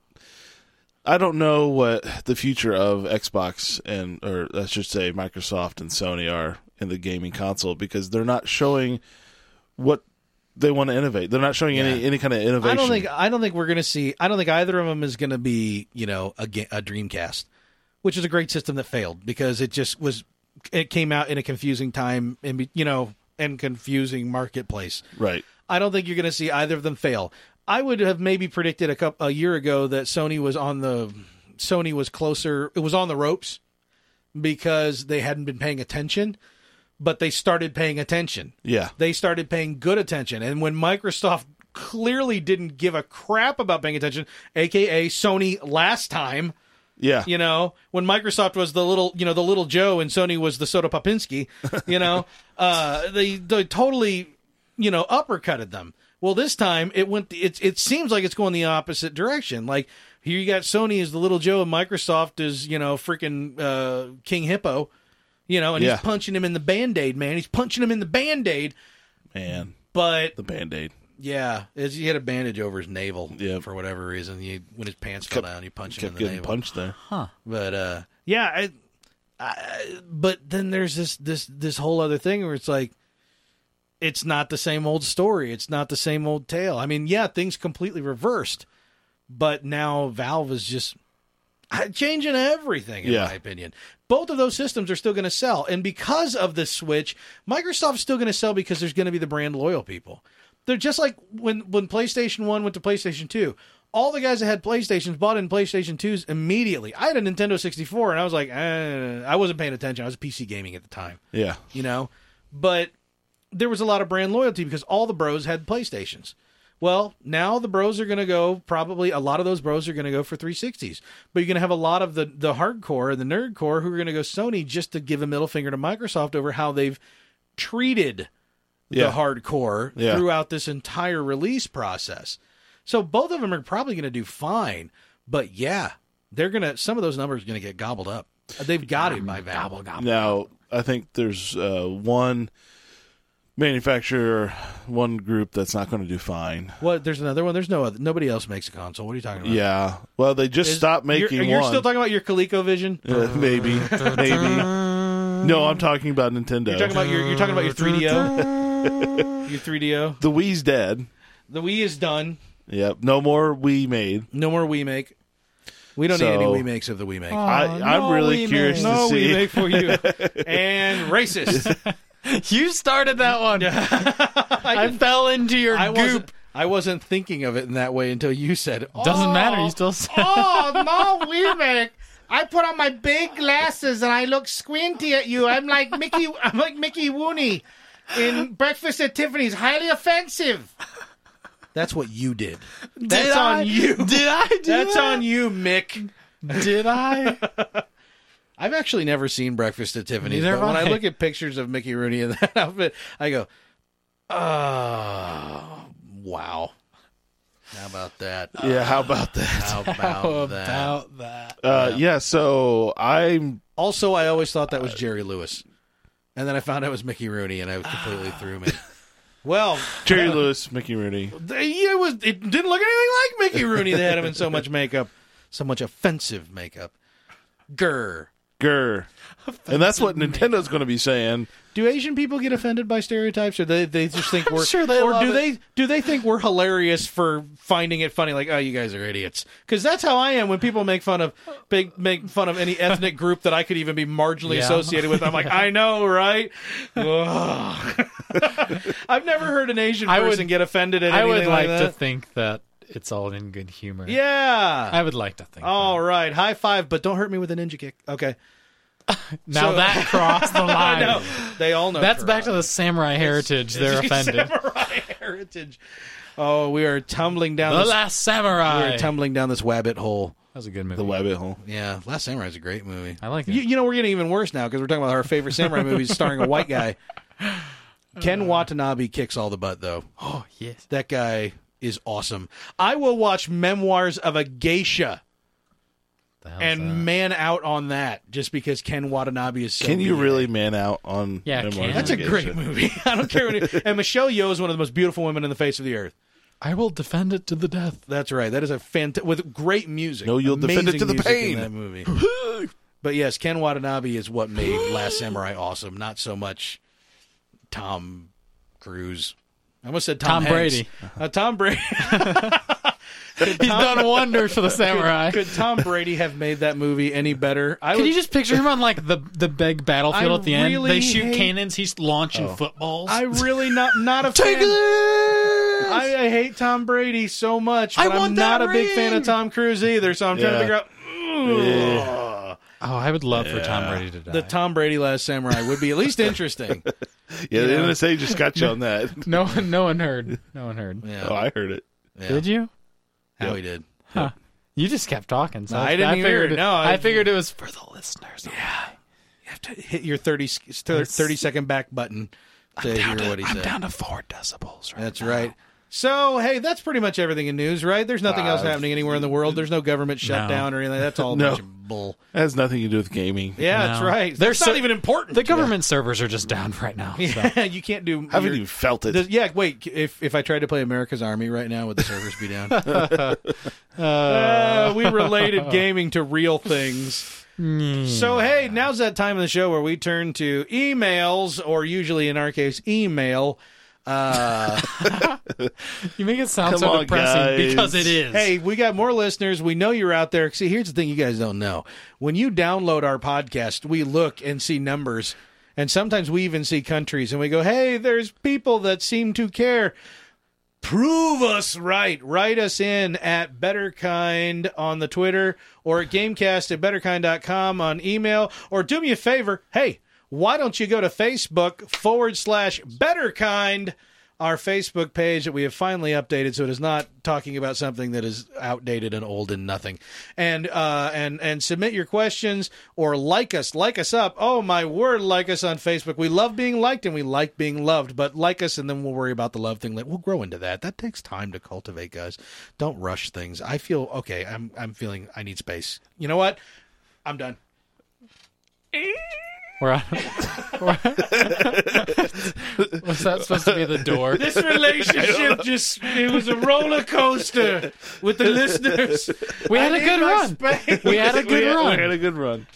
I don't know what the future of Xbox and or I should say Microsoft and Sony are in the gaming console because they're not showing what they want to innovate. They're not showing any any kind of innovation. I don't think I don't think we're gonna see. I don't think either of them is gonna be you know a, ga- a Dreamcast, which is a great system that failed because it just was it came out in a confusing time and be- you know and confusing marketplace. right. I don't think you're gonna see either of them fail. I would have maybe predicted a couple, a year ago that Sony was on the Sony was closer. It was on the ropes because they hadn't been paying attention, but they started paying attention Yeah. they started paying good attention. And when Microsoft clearly didn't give a crap about paying attention, aka Sony last time, Yeah. you know, when Microsoft was the little, you know, the little Joe and Sony was the Soda Popinski, you know, uh, they they totally, you know, uppercutted them. Well, this time it went. It it seems like it's going the opposite direction. Like here, you got Sony as the little Joe, and Microsoft is you know freaking uh, King Hippo, you know, and Yeah. he's punching him in the band aid, man. He's punching him in the band aid. Man, But the band-aid. yeah, it's, he had a bandage over his navel Yeah. for whatever reason. He, when his pants fell down, he punched him in Kept the getting navel. punched there. But uh, yeah, I, I, but then there's this this this whole other thing where it's like, it's not the same old story. It's not the same old tale. I mean, yeah, things completely reversed, but now Valve is just uh, changing everything in Yeah. my opinion. Both of those systems are still going to sell, and because of this switch, Microsoft's still going to sell because there's going to be the brand loyal people. They're just like when when PlayStation One went to PlayStation Two. All the guys that had PlayStations bought in PlayStation 2s immediately. I had a Nintendo 64 and I was like, eh, I wasn't paying attention. I was PC gaming at the time Yeah. you know but there was a lot of brand loyalty because all the bros had playstations well now the bros are going to go probably a lot of those bros are going to go for 360s but you're going to have a lot of the the hardcore and the nerdcore who are going to go sony just to give a middle finger to microsoft over how they've treated Yeah. the hardcore Yeah. throughout this entire release process so both of them are probably going to do fine but yeah they're going to some of those numbers are going to get gobbled up they've got it by Valve. Now, I think there's uh, one manufacturer, one group that's not going to do fine. What? There's another one. There's no other. Nobody else makes a console. What are you talking about? Yeah. Well, they just Is- stopped making You're, you're one. still talking about your ColecoVision. Uh, maybe, maybe. No, I'm talking about Nintendo. You're talking about your. You're talking about your 3DO. your 3DO. the Wii's dead. The Wii is done. Yep. No more Wii made. No more Wii make. We don't need any So- remakes of the We Make. I, Oh, I'm no, really we curious made- to No, see. we make for you. and racist. You started that one. I, fell into your I goop. wasn't, I wasn't thinking of it in that way until you said it. Doesn't Oh, matter. You still said oh no, we make. I put on my big glasses and I look squinty at you. I'm like Mickey. I'm like Mickey Rooney in Breakfast at Tiffany's. Highly offensive. That's what you did. That's Did on I- you. Did I do That's that? on you, Mick. Did I? I've actually never seen Breakfast at Tiffany's, Neither but when have I I. look at pictures of Mickey Rooney in that outfit, I go, "Oh, wow! How about that? Yeah, how about that? How about How that?" about that? Uh, yeah, so I'm Also, I always thought that was Jerry Lewis, and then I found out it was Mickey Rooney, and I was completely threw me. Well, Jerry Lewis, Mickey Rooney. they- it was it didn't look anything like Mickey Rooney. They had him in so much makeup, so much offensive makeup. Grr. Grr. And that's what Nintendo's going to be saying. Do Asian people get offended by stereotypes, or they they just think we're sure they or love do it. they do they think we're hilarious for finding it funny? Like, oh, you guys are idiots, because that's how I am when people make fun of big make fun of any ethnic group that I could even be marginally Yeah. associated with. I'm like, I know, right? Ugh. I've never heard an Asian I person would- get offended at I anything would like that. to think that it's all in good humor. yeah. I would like to think. All right, high five, but don't hurt me with a ninja kick. Okay, that. Now so- that crossed the line. no, they all know. That's karate. back to the samurai heritage. They're offended. Samurai heritage. Oh, we are tumbling down. The This, Last we Samurai. are tumbling down this wabbit hole. that was a good movie. The Wabbit Hole. Yeah, Last Samurai is a great movie. I like it. You, you know, we're getting even worse now because we're talking about our favorite samurai movies starring a white guy. Ken Watanabe kicks all the butt, though. oh yes. That guy is awesome. I will watch Memoirs of a Geisha The hell's and that? man out on that just because Ken Watanabe is so Can you good. really man out on Yeah, Memoirs can. of That's a Geisha? great movie. I don't care what it, And Michelle Yeoh is one of the most beautiful women in the face of the earth. I will defend it to the death. That's right. That is a fantastic with great music. No, you'll defend it Amazing to the music in pain. that movie. but yes, Ken Watanabe is what made Last Samurai awesome. Not so much Tom Cruise. I almost said Tom, Tom Hanks. Brady. Uh, Tom Brady. He's done wonders for the samurai. Could Tom Brady have made that movie any better? I Can would, you just picture him on like the the big battlefield I at the end? really they shoot hate- cannons. He's launching footballs. Oh. I really not not a Take fan. it! I, I hate Tom Brady so much, I but I'm want that not a big fan ring! of Tom Cruise either. So I'm trying to Yeah. figure out. oh, I would love for Tom Brady to die. The Tom Brady Last Samurai would be at least interesting. yeah, the NSA just got you on that. no one, no one heard. No one heard. Yeah, Oh, I heard it. Did you? how he did. Huh. You just kept talking. So No, I didn't hear figured it. No, I- I, figured it was for the listeners. Yeah, to hit your 30, s- thir- 30 second back button to hear what he said. down to four decibels. Right? That's right. So, hey, that's pretty much everything in news, right? There's nothing Uh, else happening anywhere in the world. There's no government shutdown or anything. That's all a No. bunch of bull. That has nothing to do with gaming. Yeah, that's No. right. They're That's so- not even important. The government servers are just down right now. So. Yeah, you can't do. I haven't your- even felt it. the- yeah, wait. If if I tried to play America's Army right now, would the servers be down? Uh, we related gaming to real things. So hey, now's that time of the show where we turn to emails, or usually in our case, email. Uh, You make it sound Come so on, depressing guys. because it is. hey, we got more listeners. We know you're out there. See, here's the thing: you guys don't know. When you download our podcast, we look and see numbers, and sometimes we even see countries, and we go, "Hey, there's people that seem to care." prove us right. Write us in at betterkind on the Twitter or at gamecast at betterkind.com on email. Or do me a favor. Hey, why don't you go to Facebook forward slash betterkind? Our Facebook page that we have finally updated, so it is not talking about something that is outdated and old and nothing. And uh, and and submit your questions or like us, like us up. Oh my word, like us on Facebook. We love being liked and we like being loved, but like us and then we'll worry about the love thing. Like we'll grow into that. That takes time to cultivate, guys. Don't rush things. I feel okay. I'm I'm feeling I need space. You know what? I'm done. We're on. we're- was that supposed to be the door? This relationship just it was a roller coaster with the listeners. We had a good run. We had a we, good had, we run. had a good run.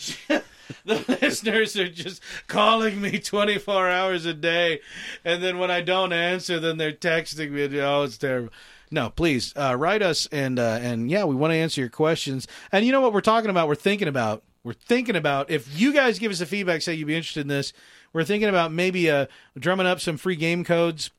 the listeners are just calling me 24 hours a day and then when i don't answer then they're texting me oh it's terrible No, please uh, write us and uh, and yeah, we want to answer your questions. And you know what we're talking about? We're thinking about we're thinking about if you guys give us a feedback, say you'd be interested in this. We're thinking about maybe uh, drumming up some free game codes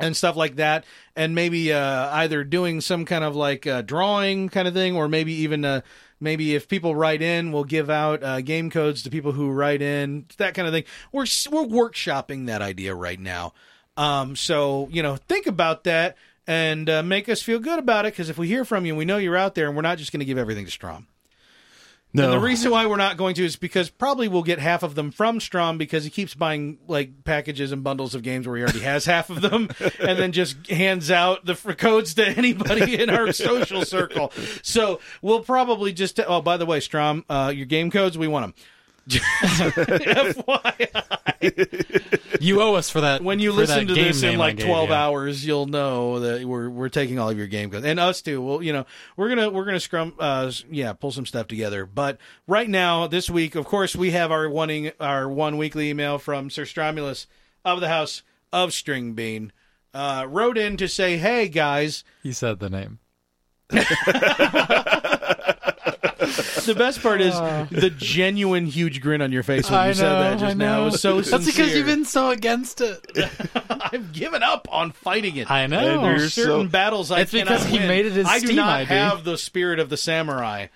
and stuff like that, and maybe uh, either doing some kind of like uh, drawing kind of thing, or maybe even uh, maybe if people write in, we'll give out uh, game codes to people who write in, that kind of thing. We're s- we're workshopping that idea right now, um, so you know think about that and uh, make us feel good about it because if we hear from you, and we know you're out there, and we're not just going to give everything to Strom. No, And the reason why we're not going to is because probably we'll get half of them from Strom because he keeps buying like packages and bundles of games where he already has half of them, and then just hands out the fr- codes to anybody in our social circle. So we'll probably just. oh, by the way, Strom, uh, your game codes we want them. You owe us for that. When you for listen to that game this name in I like gave twelve you. hours, you'll know that we're we're taking all of your game codes and us too. Well, you know we're gonna we're gonna scrum, uh, s- yeah, pull some stuff together. But right now, this week, of course, we have our one ing- our one weekly email from Sir Stromulus of the House of String Bean. Uh, wrote in to say, "Hey guys, He said the name. the best part is Uh. the genuine huge grin on your face when you said that just now. It was so That's because sincere. you've been so against it. I've given up on fighting it. I know. And There are certain so- battles I It's cannot because he win. made it his I do Steam not ID. have the spirit of the samurai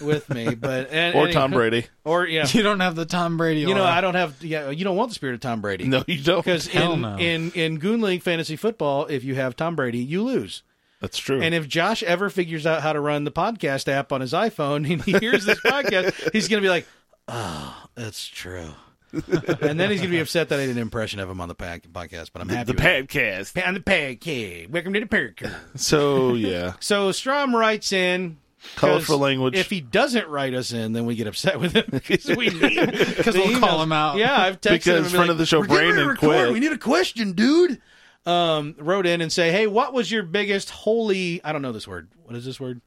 with me, but and, or and- Tom Brady. or yeah, You don't have the Tom Brady. you know aura. I don't have yeah, you don't want the spirit of Tom Brady No, you don't. because Hell in, no. in in Goon League fantasy football, if you have Tom Brady, you lose. That's true. And if Josh ever figures out how to run the podcast app on his iPhone and he hears this podcast, he's going to be like, "Oh, that's true," and then he's going to be upset that I did an impression of him on the pack- podcast. But I'm happy the with it. podcast. on the podcast. Welcome to the podcast. So yeah, So Strom writes in. 'cause Colorful language. If he doesn't write us in, then we get upset with him because we need because we'll call him out. Yeah, I've texted him Oh. Because and been friend like, of the show, "We're getting ready to Brandon, record. quit." We need a question, dude. Um, wrote in and say, hey, what was your biggest holy? I don't know this word. What is this word?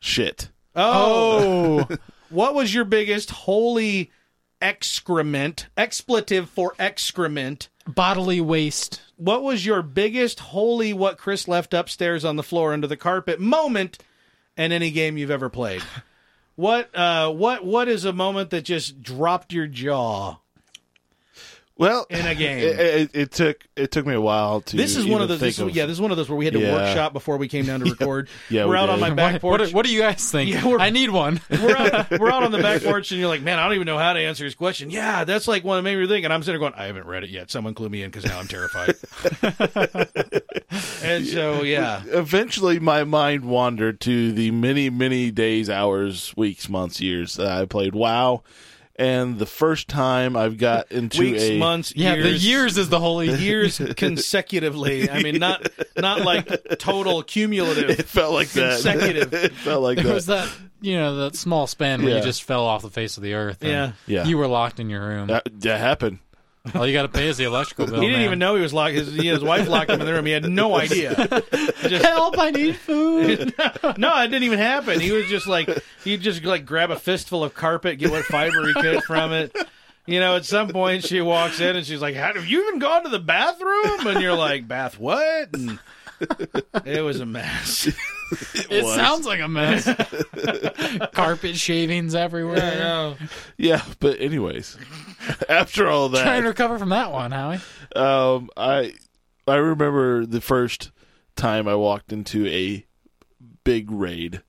shit. Oh, Oh, what was your biggest holy excrement? Expletive for excrement. bodily waste. What was your biggest holy what Chris left upstairs on the floor under the carpet moment in any game you've ever played? What uh what what is a moment that just dropped your jaw? Well, In a game. it, it, it took it took me a while to. This is one of even those this, think is- yeah, this is one of those where we had to Yeah. workshop before we came down to record. Yeah, we're we out on did. my back What, porch. what, what do you guys think? Yeah, we're- I need one. we're out, we're out on the back porch, and you're like, man, I don't even know how to answer his question. Yeah, that's like one that made me think. And I'm sitting there going, I haven't read it yet. Someone clue me in because now I'm terrified. and so, yeah. eventually my mind wandered to the many many days hours weeks months years that i played wow and the first time i've got into Weeks, a months, Yeah, years, the years is the holy. years consecutively. I mean, not not like total it cumulative. felt like that Consecutive. it felt like There that was that you know that small span where Yeah. you just fell off the face of the earth. and Yeah. Yeah. You were locked in your room. that, that happened All you got to pay is the electrical bill. He didn't man. even know he was locked. His, his wife locked him in the room. He had no idea. Help! I need food. No, it didn't even happen. He was just like he'd just like grab a fistful of carpet, get what fiber he could from it. You know, at some point she walks in and she's like, "How- "Have you even gone to the bathroom?" And you're like, "Bath what?" And it was a mess. it was. sounds like a mess. Carpet shavings everywhere. yeah but anyways after all Trying to that recover from that one, Howie. um i i remember the first time i walked into a big raid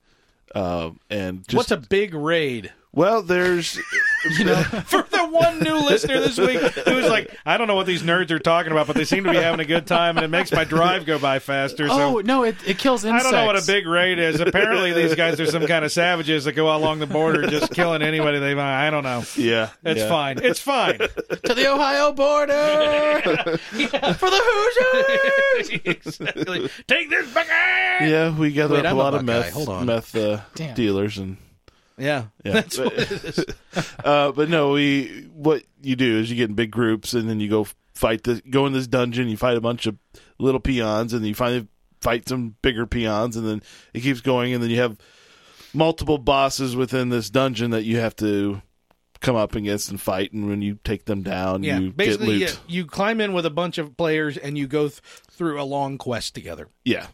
um and just What's a big raid? well there's for the one new listener this week who's like, I don't know what these nerds are talking about, but they seem to be having a good time, and it makes my drive go by faster. Oh So no, it, it kills I insects. don't know what a big raid is. Apparently, these guys are some kind of savages that go along the border just killing anybody they find. I don't know. yeah It's yeah. fine. It's fine. to the Ohio border for the Hoosiers. exactly. Take this, Buckeye. Yeah, we gathered Wait, up I'm a a lot of Buckeye. meth, Hold on. meth uh, Damn. dealers, and Yeah. yeah. That's what it is. uh, but no, we what you do is you get in big groups, and then you go fight the go in this dungeon. You fight a bunch of little peons, and then you finally fight some bigger peons, and then it keeps going, and then you have multiple bosses within this dungeon that you have to come up against and fight, and when you take them down, Yeah. you get Basically, loot. yeah, you climb in with a bunch of players and you go th- through a long quest together. Yeah.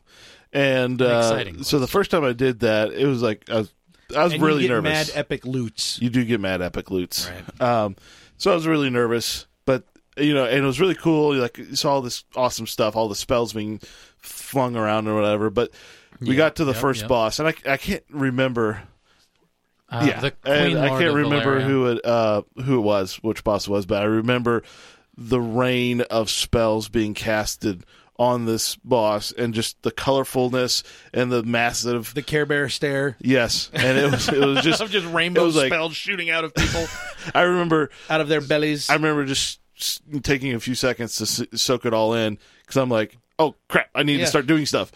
And uh, exciting so the first time I did that, it was like I was, I was And you really get nervous. Mad epic loots. you do get mad epic loots. Um, so I was really nervous, but you know, and it was really cool. Like you saw all this awesome stuff, all the spells being flung around or whatever. But we got to the yep, first yep. boss, and I, I can't remember. Uh, yeah, the and Queen I Lord can't of remember Valeria. who it uh, who it was, which boss it was, but I remember the rain of spells being casted on this boss, and just the colorfulness and the massive. The Care Bear stare. Yes, and it was it was just Of just rainbow like- spells shooting out of people I remember out of their bellies. I remember just s- taking a few seconds to s- soak it all in because I'm like, oh crap, I need Yeah. to start doing stuff,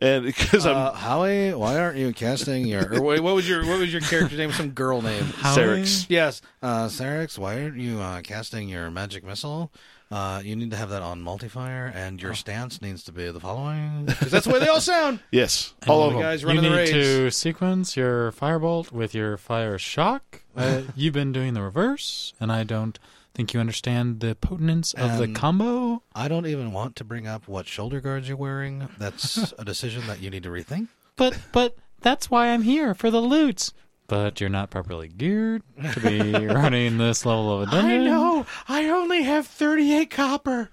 and because I'm uh, Howie, why aren't you casting your? Or wait, what was your what was your character name? Some girl name. How- Syrinx. Yes, uh, Sarex, why aren't you uh, casting your magic missile? Uh, you need to have that on multifire, and your stance needs to be the following. Oh. 'Cause that's the way they all sound. yes, all of The them. guys You running the need raids. to sequence your firebolt with your fire shock. Uh, you've been doing the reverse, and I don't think you understand the potence of the Um, combo. I don't even want to bring up what shoulder guards you're wearing. That's a decision that you need to rethink. But but that's why I'm here for the loots. But you're not properly geared to be running this level of a dungeon. I only have thirty-eight copper.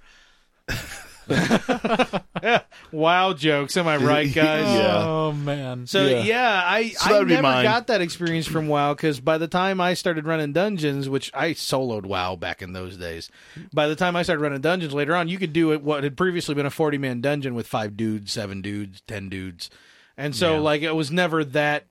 Wow, jokes. Am I right, guys? Yeah. Oh man. So Yeah. yeah, I So that I would be never mine. got that experience from WoW because by the time I started running dungeons, which I soloed WoW back in those days, by the time I started running dungeons later on, you could do it what had previously been a forty man dungeon with five dudes, seven dudes, ten dudes, and so like it was never that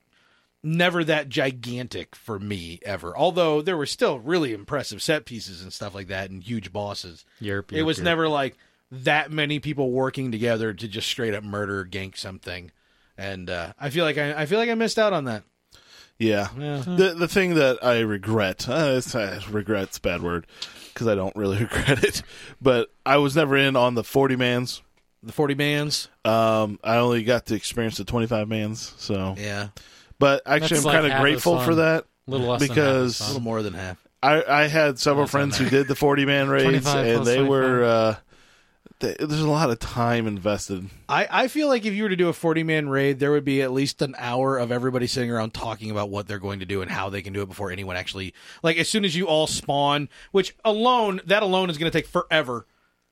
never that gigantic for me ever. Although there were still really impressive set pieces and stuff like that and huge bosses. Yerp, it yerp, was yerp. never like that many people working together to just straight up murder or gank something. And uh, I feel like I, I feel like I missed out on that. Yeah. The the thing that I regret, uh, it's, uh, regret's a bad word because I don't really regret it, but I was never in on the 40 mans. The forty bands. Um, I only got to experience the 25 mans. So, Yeah. but actually, That's I'm like kind half of the grateful for fun. that. Little less than half because the A little more than half. I, I had several friends who did the 40 man raids 25 and plus they were, uh, they, there's a lot of time invested. I, I feel like if you were to do a forty man raid, there would be at least an hour of everybody sitting around talking about what they're going to do and how they can do it before anyone actually like as soon as you all spawn, which alone that alone is gonna take forever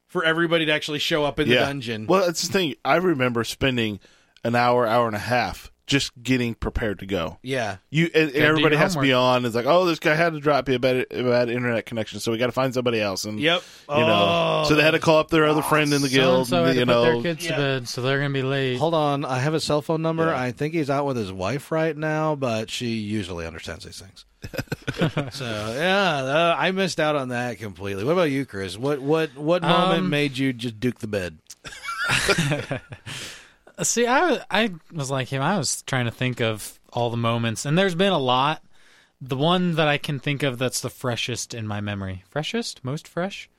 for everybody to actually show up in the dungeon. Well, that's the thing. I remember spending an hour, hour and a half just getting prepared to go. yeah. You and, and do everybody your has to be on. It's like, oh, this guy had to drop you a bad, a bad internet connection, so we got to find somebody else. And Yep. you know, so they had to call up their other friend in the guild. So and so had and, to you put their know, kids to bed, so they're gonna be late. Hold on, I have a cell phone number. Yeah. I think he's out with his wife right now, but she usually understands these things. so yeah, uh, I missed out on that completely. What about you, Chris? What what what moment Um, made you just duke the bed? See, I I was like him. I was trying to think of all the moments, and there's been a lot. The one that I can think of that's the freshest in my memory, freshest, most fresh,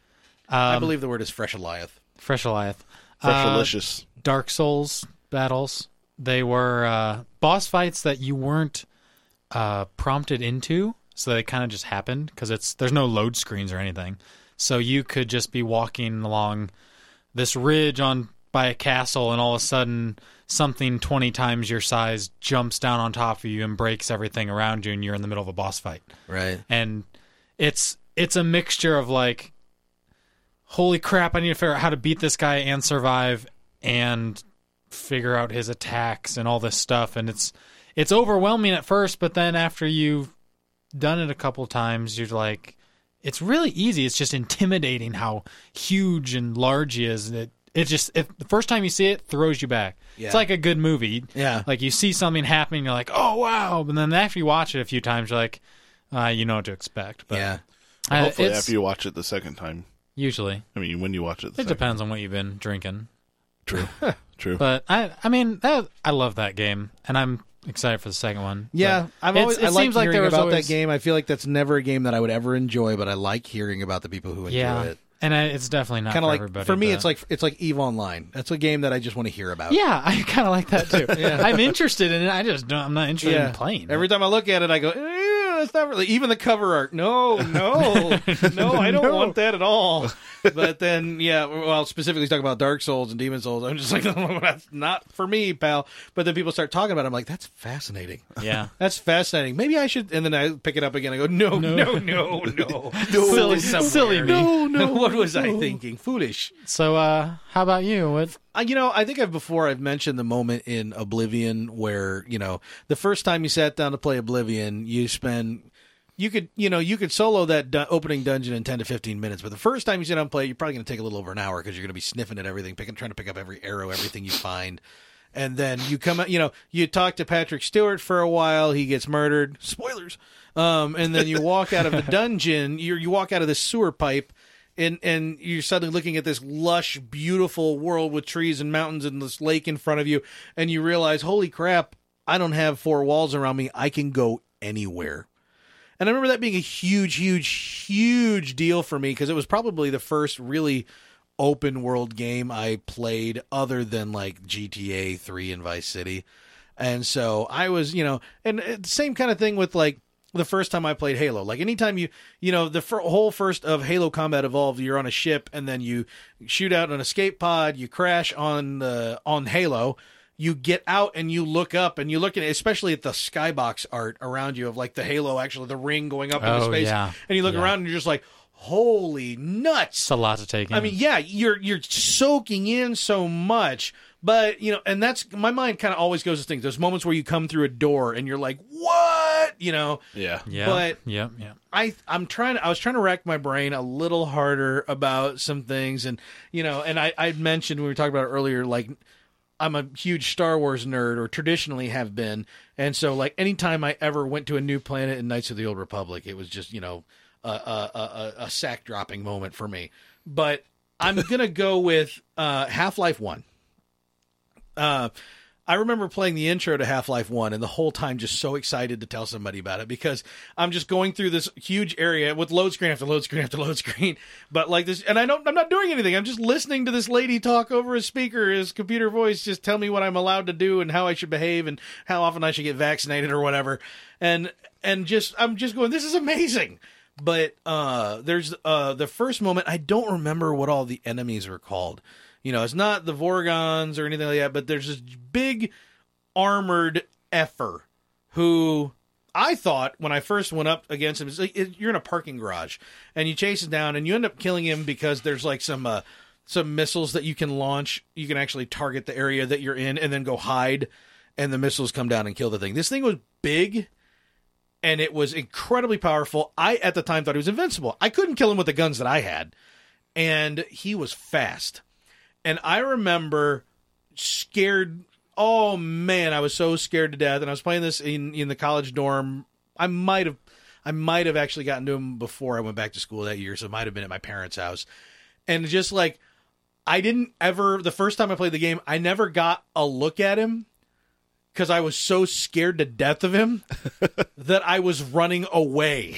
I believe the word is fresh Eliath. fresh Eliath, fresh Uh, delicious. Dark Souls battles. They were uh, boss fights that you weren't uh, prompted into, so they kind of just happened because it's there's no load screens or anything. So you could just be walking along this ridge on by a castle, and all of a sudden something twenty times your size jumps down on top of you and breaks everything around you, and you're in the middle of a boss fight Right. and it's it's a mixture of like holy crap i need to figure out how to beat this guy and survive and figure out his attacks and all this stuff and it's it's overwhelming at first but then after you've done it a couple times you're like it's really easy it's just intimidating how huge and large he is it it just if the first time you see it throws you back Yeah. it's like a good movie Yeah. like you see something happening, you're like, "Oh wow!" And then after you watch it a few times, you're like, uh, "You know what to expect." But yeah. uh, Hopefully, it's- after you watch it the second time, usually I mean, when you watch it, the it second, depends on what you've been drinking. true, true. But I, I mean, that, I love that game, and I'm excited for the second one. Yeah, But I've it's- always, it I like seems like hearing there was about always, that game. I feel like that's never a game that I would ever enjoy, but I like hearing about the people who enjoy Yeah, it. and I, it's definitely not Kind of for like everybody. for me, but- it's like it's like Eve Online. That's a game that I just want to hear about. yeah, I kind of like that too. I'm interested in it. I just don't, I'm not interested in playing. Every time I look at it, I go, "Eh, that's not really even the cover art. No, no, no, I don't No. want that at all. But then, yeah, well, specifically talking about Dark Souls and Demon Souls, I'm just like, that's not for me, pal. But then people start talking about, it. I'm like, that's fascinating. Yeah. That's fascinating. Maybe I should. And then I pick it up again. I go, no, no, No, no, no. silly, silly me. no. what was I thinking? Foolish. So, uh, how about you? What? Uh, you know, I think I've before I've mentioned the moment in Oblivion where you know the first time you sat down to play Oblivion, you spend you could you know you could solo that du- opening dungeon in ten to fifteen minutes, but the first time you sit down and play, you're probably going to take a little over an hour because you're going to be sniffing at everything, picking, trying to pick up every arrow, everything you find. And then you come out, you know, you talk to Patrick Stewart for a while. He gets murdered. Spoilers. Um, and then you walk out of the dungeon. You you walk out of this sewer pipe, and and you're suddenly looking at this lush, beautiful world with trees and mountains and this lake in front of you, and you realize, holy crap, I don't have four walls around me. I can go anywhere. And I remember that being a huge, huge, huge deal for me because it was probably the first really open world game I played other than like GTA 3 and Vice City. And so I was, you know, and it- same kind of thing with like the first time I played Halo. Like anytime you, you know, the fir- whole first of Halo Combat Evolved, you're on a ship and then you shoot out an escape pod, you crash on the on Halo, you get out and you look up and you look at especially at the skybox art around you of like the Halo actually the ring going up into Oh, space yeah. and you look Yeah. around and you're just like, "Holy nuts." It's a lot to take in. I mean, yeah, you're you're soaking in so much, but you know, and that's my mind kind of always goes to things. Those moments where you come through a door and you're like, "What?" You know. Yeah. yeah, but- yeah, yeah. I I'm trying to, I was trying to rack my brain a little harder about some things and you know and I I mentioned when we were talking about it earlier like I'm a huge Star Wars nerd or traditionally have been and so like anytime I ever went to a new planet in Knights of the Old Republic it was just you know a a a, a- a sack dropping moment for me but I'm going to go with uh Half-Life 1 uh, I remember playing the intro to Half Life 1 and the whole time just so excited to tell somebody about it because I'm just going through this huge area with load screen after load screen after load screen. But like this, and I don't, I'm not doing anything. I'm just listening to this lady talk over a speaker, his computer voice, just tell me what I'm allowed to do and how I should behave and how often I should get vaccinated or whatever. And, and just, I'm just going, this is amazing. But uh, there's uh, the first moment, I don't remember what all the enemies are called you know, it's not the Vorgons or anything like that, but there's this big armored effer who I thought when I first went up against him, it's like, it, you're in a parking garage and you chase him down and you end up killing him because there's like some uh, some missiles that you can launch. You can actually target the area that you're in and then go hide, and the missiles come down and kill the thing. This thing was big. And it was incredibly powerful. I at the time thought he was invincible. I couldn't kill him with the guns that I had, and he was fast and I remember scared. Oh man, I was so scared to death, and I was playing this in in the college dorm. I might have, I might have actually gotten to him before I went back to school that year, so it might have been at my parents' house, and just like I didn't ever the first time I played the game, I never got a look at him because I was so scared to death of him that I was running away.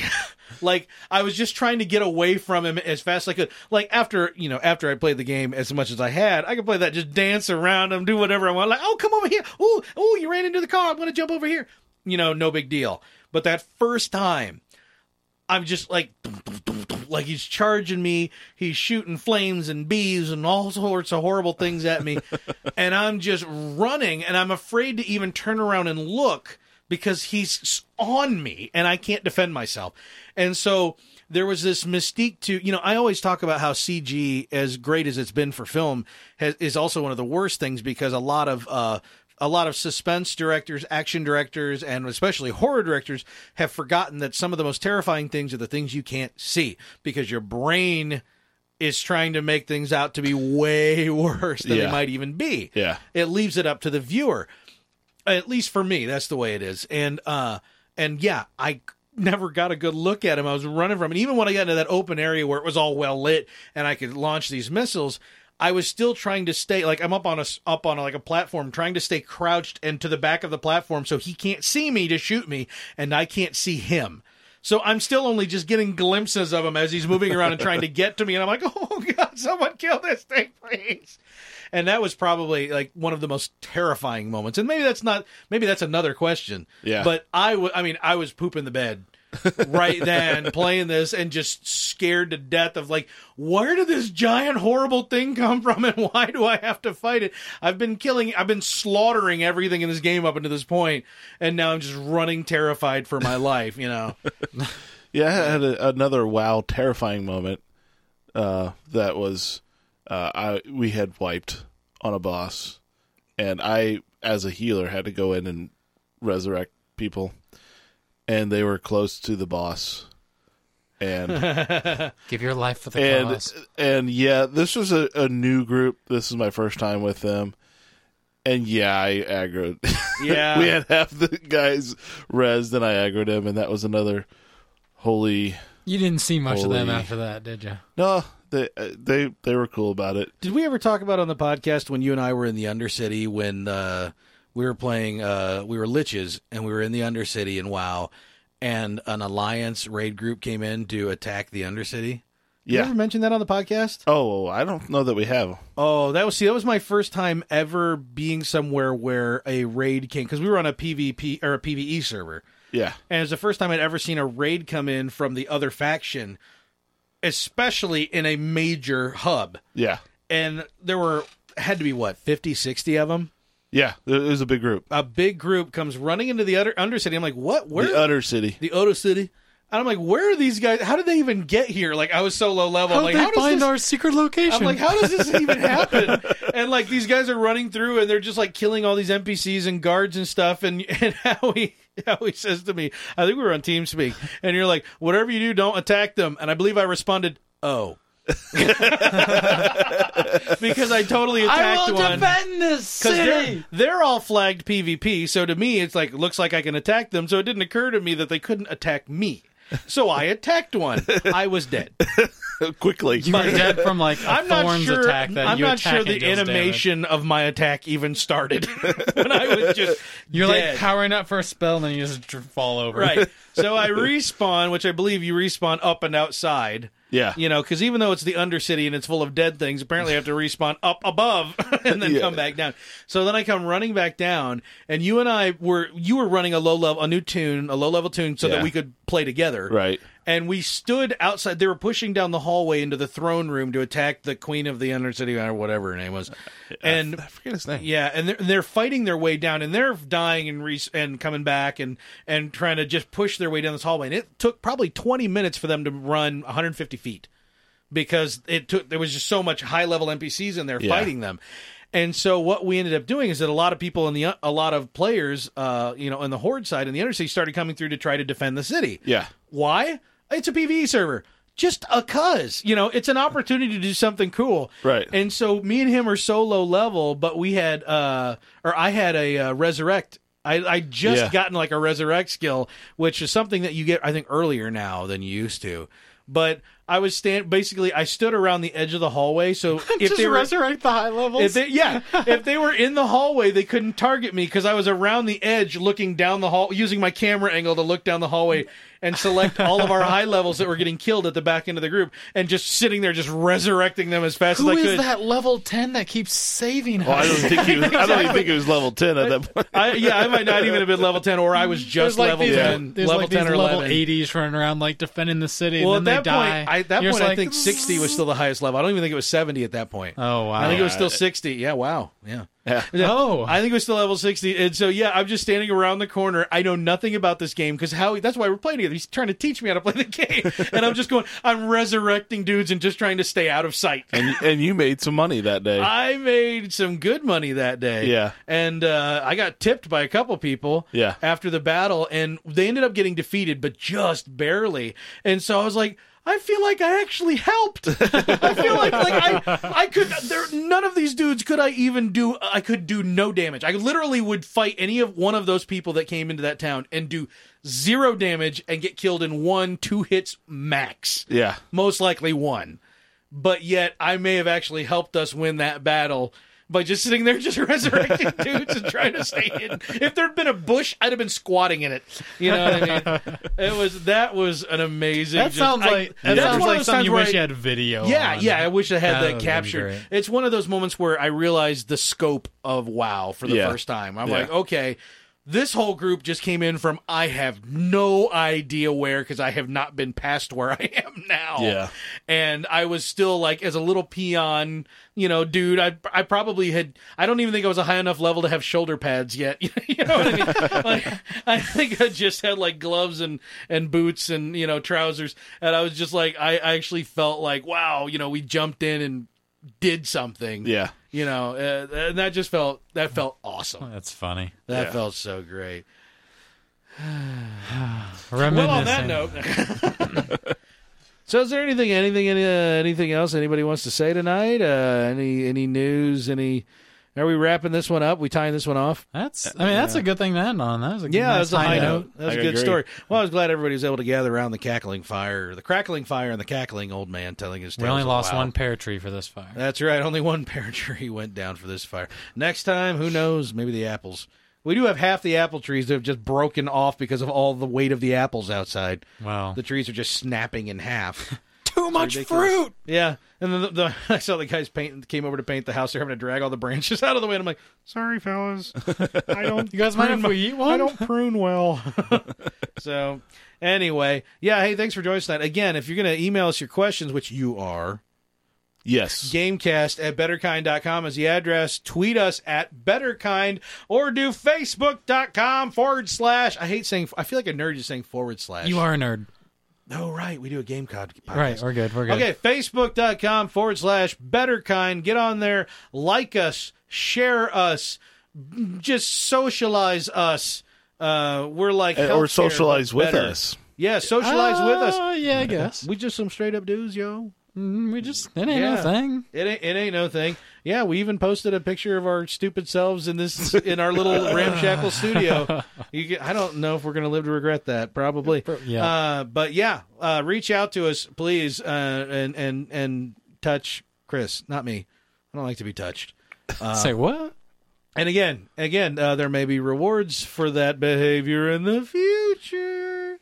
like I was just trying to get away from him as fast as I could. Like after you know, after I played the game as much as I had, I could play that, just dance around him, do whatever I want. Like, oh come over here. Oh, oh, you ran into the car. I'm gonna jump over here. You know, no big deal. But that first time I'm just like, dum, dum, dum, dum, like he's charging me. He's shooting flames and bees and all sorts of horrible things at me. and I'm just running and I'm afraid to even turn around and look because he's s- on me and I can't defend myself. And so there was this mystique to, you know, I always talk about how CG, as great as it's been for film, has, is also one of the worst things because a lot of, uh, a lot of suspense directors, action directors, and especially horror directors have forgotten that some of the most terrifying things are the things you can't see because your brain is trying to make things out to be way worse than they Yeah. might even be. Yeah. It leaves it up to the viewer. At least for me, that's the way it is. And uh and yeah, I never got a good look at him. I was running from him. Even when I got into that open area where it was all well lit and I could launch these missiles, I was still trying to stay like I'm up on a s- up on like a platform trying to stay crouched and to the back of the platform so he can't see me to shoot me and I can't see him. So I'm still only just getting glimpses of him as he's moving around and trying to get to me and I'm like, "Oh god, someone kill this thing, please." and that was probably like one of the most terrifying moments and maybe that's not maybe that's another question Yeah. but i w- i mean i was pooping the bed right then playing this and just scared to death of like, where did this giant horrible thing come from and why do I have to fight it? I've been killing, I've been slaughtering everything in this game up until this point, and now I'm just running terrified for my life. You know, Yeah, I had a, another wow terrifying moment. Uh, that was uh, I we had wiped on a boss, and I as a healer had to go in and resurrect people, and they were close to the boss, and Give your life for the and cause. and yeah, this was a, a new group. This is my first time with them, and yeah, I aggroed. yeah, we had half the guys res, then I aggroed him, and that was another holy You didn't see much of them Holy. after that, did you? No, they uh, they they were cool about it. Did we ever talk about on the podcast when you and I were in the Undercity when uh, we were playing, uh, we were Liches and we were in the Undercity and WoW, and an Alliance raid group came in to attack the Undercity? Did you Yeah. ever mention that on the podcast? Oh, I don't know that we have. Oh, that was see, that was my first time ever being somewhere where a raid came because we were on a PvP or a PvE server. Yeah, And it's the first time I'd ever seen a raid come in from the other faction, especially in a major hub. yeah, And there were had to be what, 50, 60 of them. yeah. It it was a big group. a big group comes running into the other undercity. I'm like, what? Where The Utter City. the Odo City? And I'm like, where are these guys? How did they even get here? Like, I was so low level. I'm How'd like, they how does find this? our secret location? I'm like, how does this even happen? And like, these guys are running through, and they're just like killing all these NPCs and guards and stuff. And and how he how he says to me, I think we were on TeamSpeak, and you're like, whatever you do, don't attack them. And I believe I responded, oh, because I totally attacked one. this Because they're, they're all flagged PvP, so to me it's like looks like I can attack them. So it didn't occur to me that they couldn't attack me. So I attacked one. I was dead. Uh, Quickly. You were dead from like a I'm not thorns sure. attack that I'm you not attack sure and the deals damage. animation of my attack even started when I was just You're dead. like powering up for a spell and then you just dr- fall over. right. So I respawn, which I believe you respawn up and outside. yeah. You know, because even though it's the undercity and it's full of dead things, apparently I have to respawn up above and then Yeah. come back down. So then I come running back down, and you and I were you were running a low level, a new tune, a low level tune, so Yeah. that we could play together. Right. And we stood outside. They were pushing down the hallway into the throne room to attack the queen of the undercity or whatever her name was. And I forget his name. yeah, and they're, they're fighting their way down, and they're dying and re- and coming back and and trying to just push their way down this hallway. And it took probably 20 minutes for them to run 150 feet because it took there was just so much high level NPCs in there Yeah. fighting them. And so what we ended up doing is that a lot of people in the a lot of players, uh, you know, in the horde side and the undercity started coming through to try to defend the city. Yeah. Why? It's a PVE server. Just a cuz. You know, it's an opportunity to do something cool. Right. And so me and him are so low level, but we had uh or I had a uh, resurrect. I, I just Yeah. gotten like a resurrect skill, which is something that you get I think earlier now than you used to. But I was stand basically I stood around the edge of the hallway, so if Just they were resurrect the high levels. if they, yeah, if they were in the hallway, they couldn't target me because I was around the edge, looking down the hall, using my camera angle to look down the hallway and select all of our high levels that were getting killed at the back end of the group, and just sitting there, just resurrecting them as fast Who as I is could. that level 10 that keeps saving Well, I us? don't think he was. I don't even think he was level ten at that point. I, yeah, I might not even have been level ten, or I was There's just like level these, ten, there's level like ten these or level eleven. 80s running around like defending the city Well, and at then that they die. point, I, at that You're point, just I like, think sixty was still the highest level. I don't even think it was seventy at that point. Oh, wow. I think it was still sixty. Yeah, wow. Yeah. Yeah. Oh. I think it was still level 60. And so, yeah, I'm just standing around the corner. I know nothing about this game because Howie, that's why we're playing together. He's trying to teach me how to play the game. And I'm just going, I'm resurrecting dudes and just trying to stay out of sight. And and you made some money that day. I made some good money that day. Yeah. And uh, I got tipped by a couple people Yeah. after the battle, and they ended up getting defeated, but just barely. And so I was like, I feel like I actually helped. I feel like like I I could there none of these dudes could I even do I could do no damage. I literally would fight any of one of those people that came into that town and do zero damage and get killed in one two hits max yeah. most likely won. But yet, I may have actually helped us win that battle by just sitting there, just resurrecting dudes and trying to stay hidden. If there'd been a bush, I'd have been squatting in it. You know what I mean? It was that was an amazing. That just- sounds I- like that's that sounds one of like those something times you where wish I- you had video. yeah, on. yeah. I wish I had That that, would've been captured. great. It's one of those moments where I realized the scope of WoW for the Yeah. first time. I'm Yeah. like, okay, This whole group just came in from I have no idea where because I have not been past where I am now. Yeah. And I was still like as a little peon, you know, dude, I I probably had I don't even think I was a high enough level to have shoulder pads yet. you know what I mean? like, I think I just had like gloves and and boots and, you know, trousers and I was just like I, I actually felt like wow, you know, we jumped in and did something Yeah. you know uh, and that just felt that felt awesome That's funny. that Yeah. felt so great Reminiscing. well on that note so is there anything anything any, uh, anything else anybody wants to say tonight uh, any any news any are we wrapping this one up we tying this one off that's. I mean, that's a good thing to end on. That was a yeah, nice that's a high note. That was I a good agree. story. Well, I was glad everybody was able to gather around the cackling fire, the crackling fire, and the cackling old man telling his. We tales only of lost wow. one pear tree for this fire. That's right. Only one pear tree went down for this fire. Next time, who knows? Maybe the apples. We do have half the apple trees that have just broken off because of all the weight of the apples outside. Wow. The trees are just snapping in half. Too much fruit. yeah. And then the, the, I saw the guys paint came over to paint the house. They're having to drag all the branches out of the way. And I'm like, Sorry, fellas. I don't. You guys mind if we eat one? I don't prune well. so anyway, yeah. Hey, thanks for joining us tonight. Again, if you're going to email us your questions, which you are, Yes. Gamecast at betterkind.com is the address. Tweet us at betterkind or do facebook.com forward slash. I hate saying, I feel like a nerd just saying forward slash. You are a nerd. No, oh, right. We do a game cod podcast. Right. We're good. We're good. Okay, facebook.com forward slash betterkind. Get on there, like us, share us, just socialize us. Uh, we're like Uh, healthcare, Or but socialize with better. us. Yeah, socialize with us. Uh, Yeah, I guess. We just some straight up dudes, yo. Mm, we just it ain't Yeah. no thing. It ain't, it ain't no thing. Yeah, we even posted a picture of our stupid selves in this in our little ramshackle studio. You get, I don't know if we're gonna live to regret that. Probably. yeah. Uh, but yeah, uh, reach out to us, please, uh, and and and touch Chris, not me. I don't like to be touched. Say what? And again, again, uh, there may be rewards for that behavior in the future.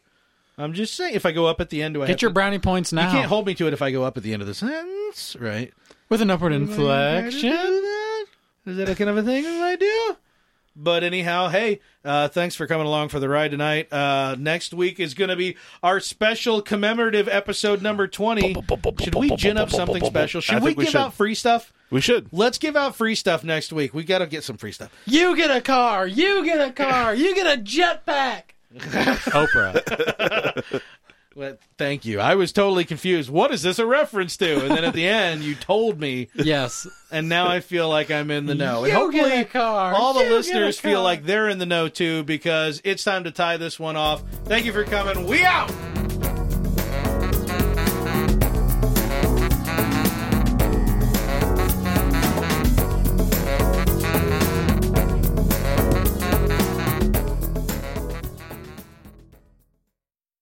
I'm just saying, if I go up at the end, do I have Get your to- brownie points now. you can't hold me to it if I go up at the end of the sentence, right? with an upward Am I inflection. gonna do that? Is that a kind of a thing that I do? But anyhow, hey, uh, thanks for coming along for the ride tonight. Uh, next week is going to be our special commemorative episode number 20. Should we gin up something special? I Should we think we give should. out free stuff? We should. Let's give out free stuff next week. We got to get some free stuff. You get a car. You get a car. You get a jetpack. Oprah. Well, thank you. I was totally confused. What is this a reference to? And then at the end, you told me, Yes. and now I feel like I'm in the know. And You hopefully, get a car. all the You get a listeners feel car. like they're in the know too because it's time to tie this one off. Thank you for coming. We out.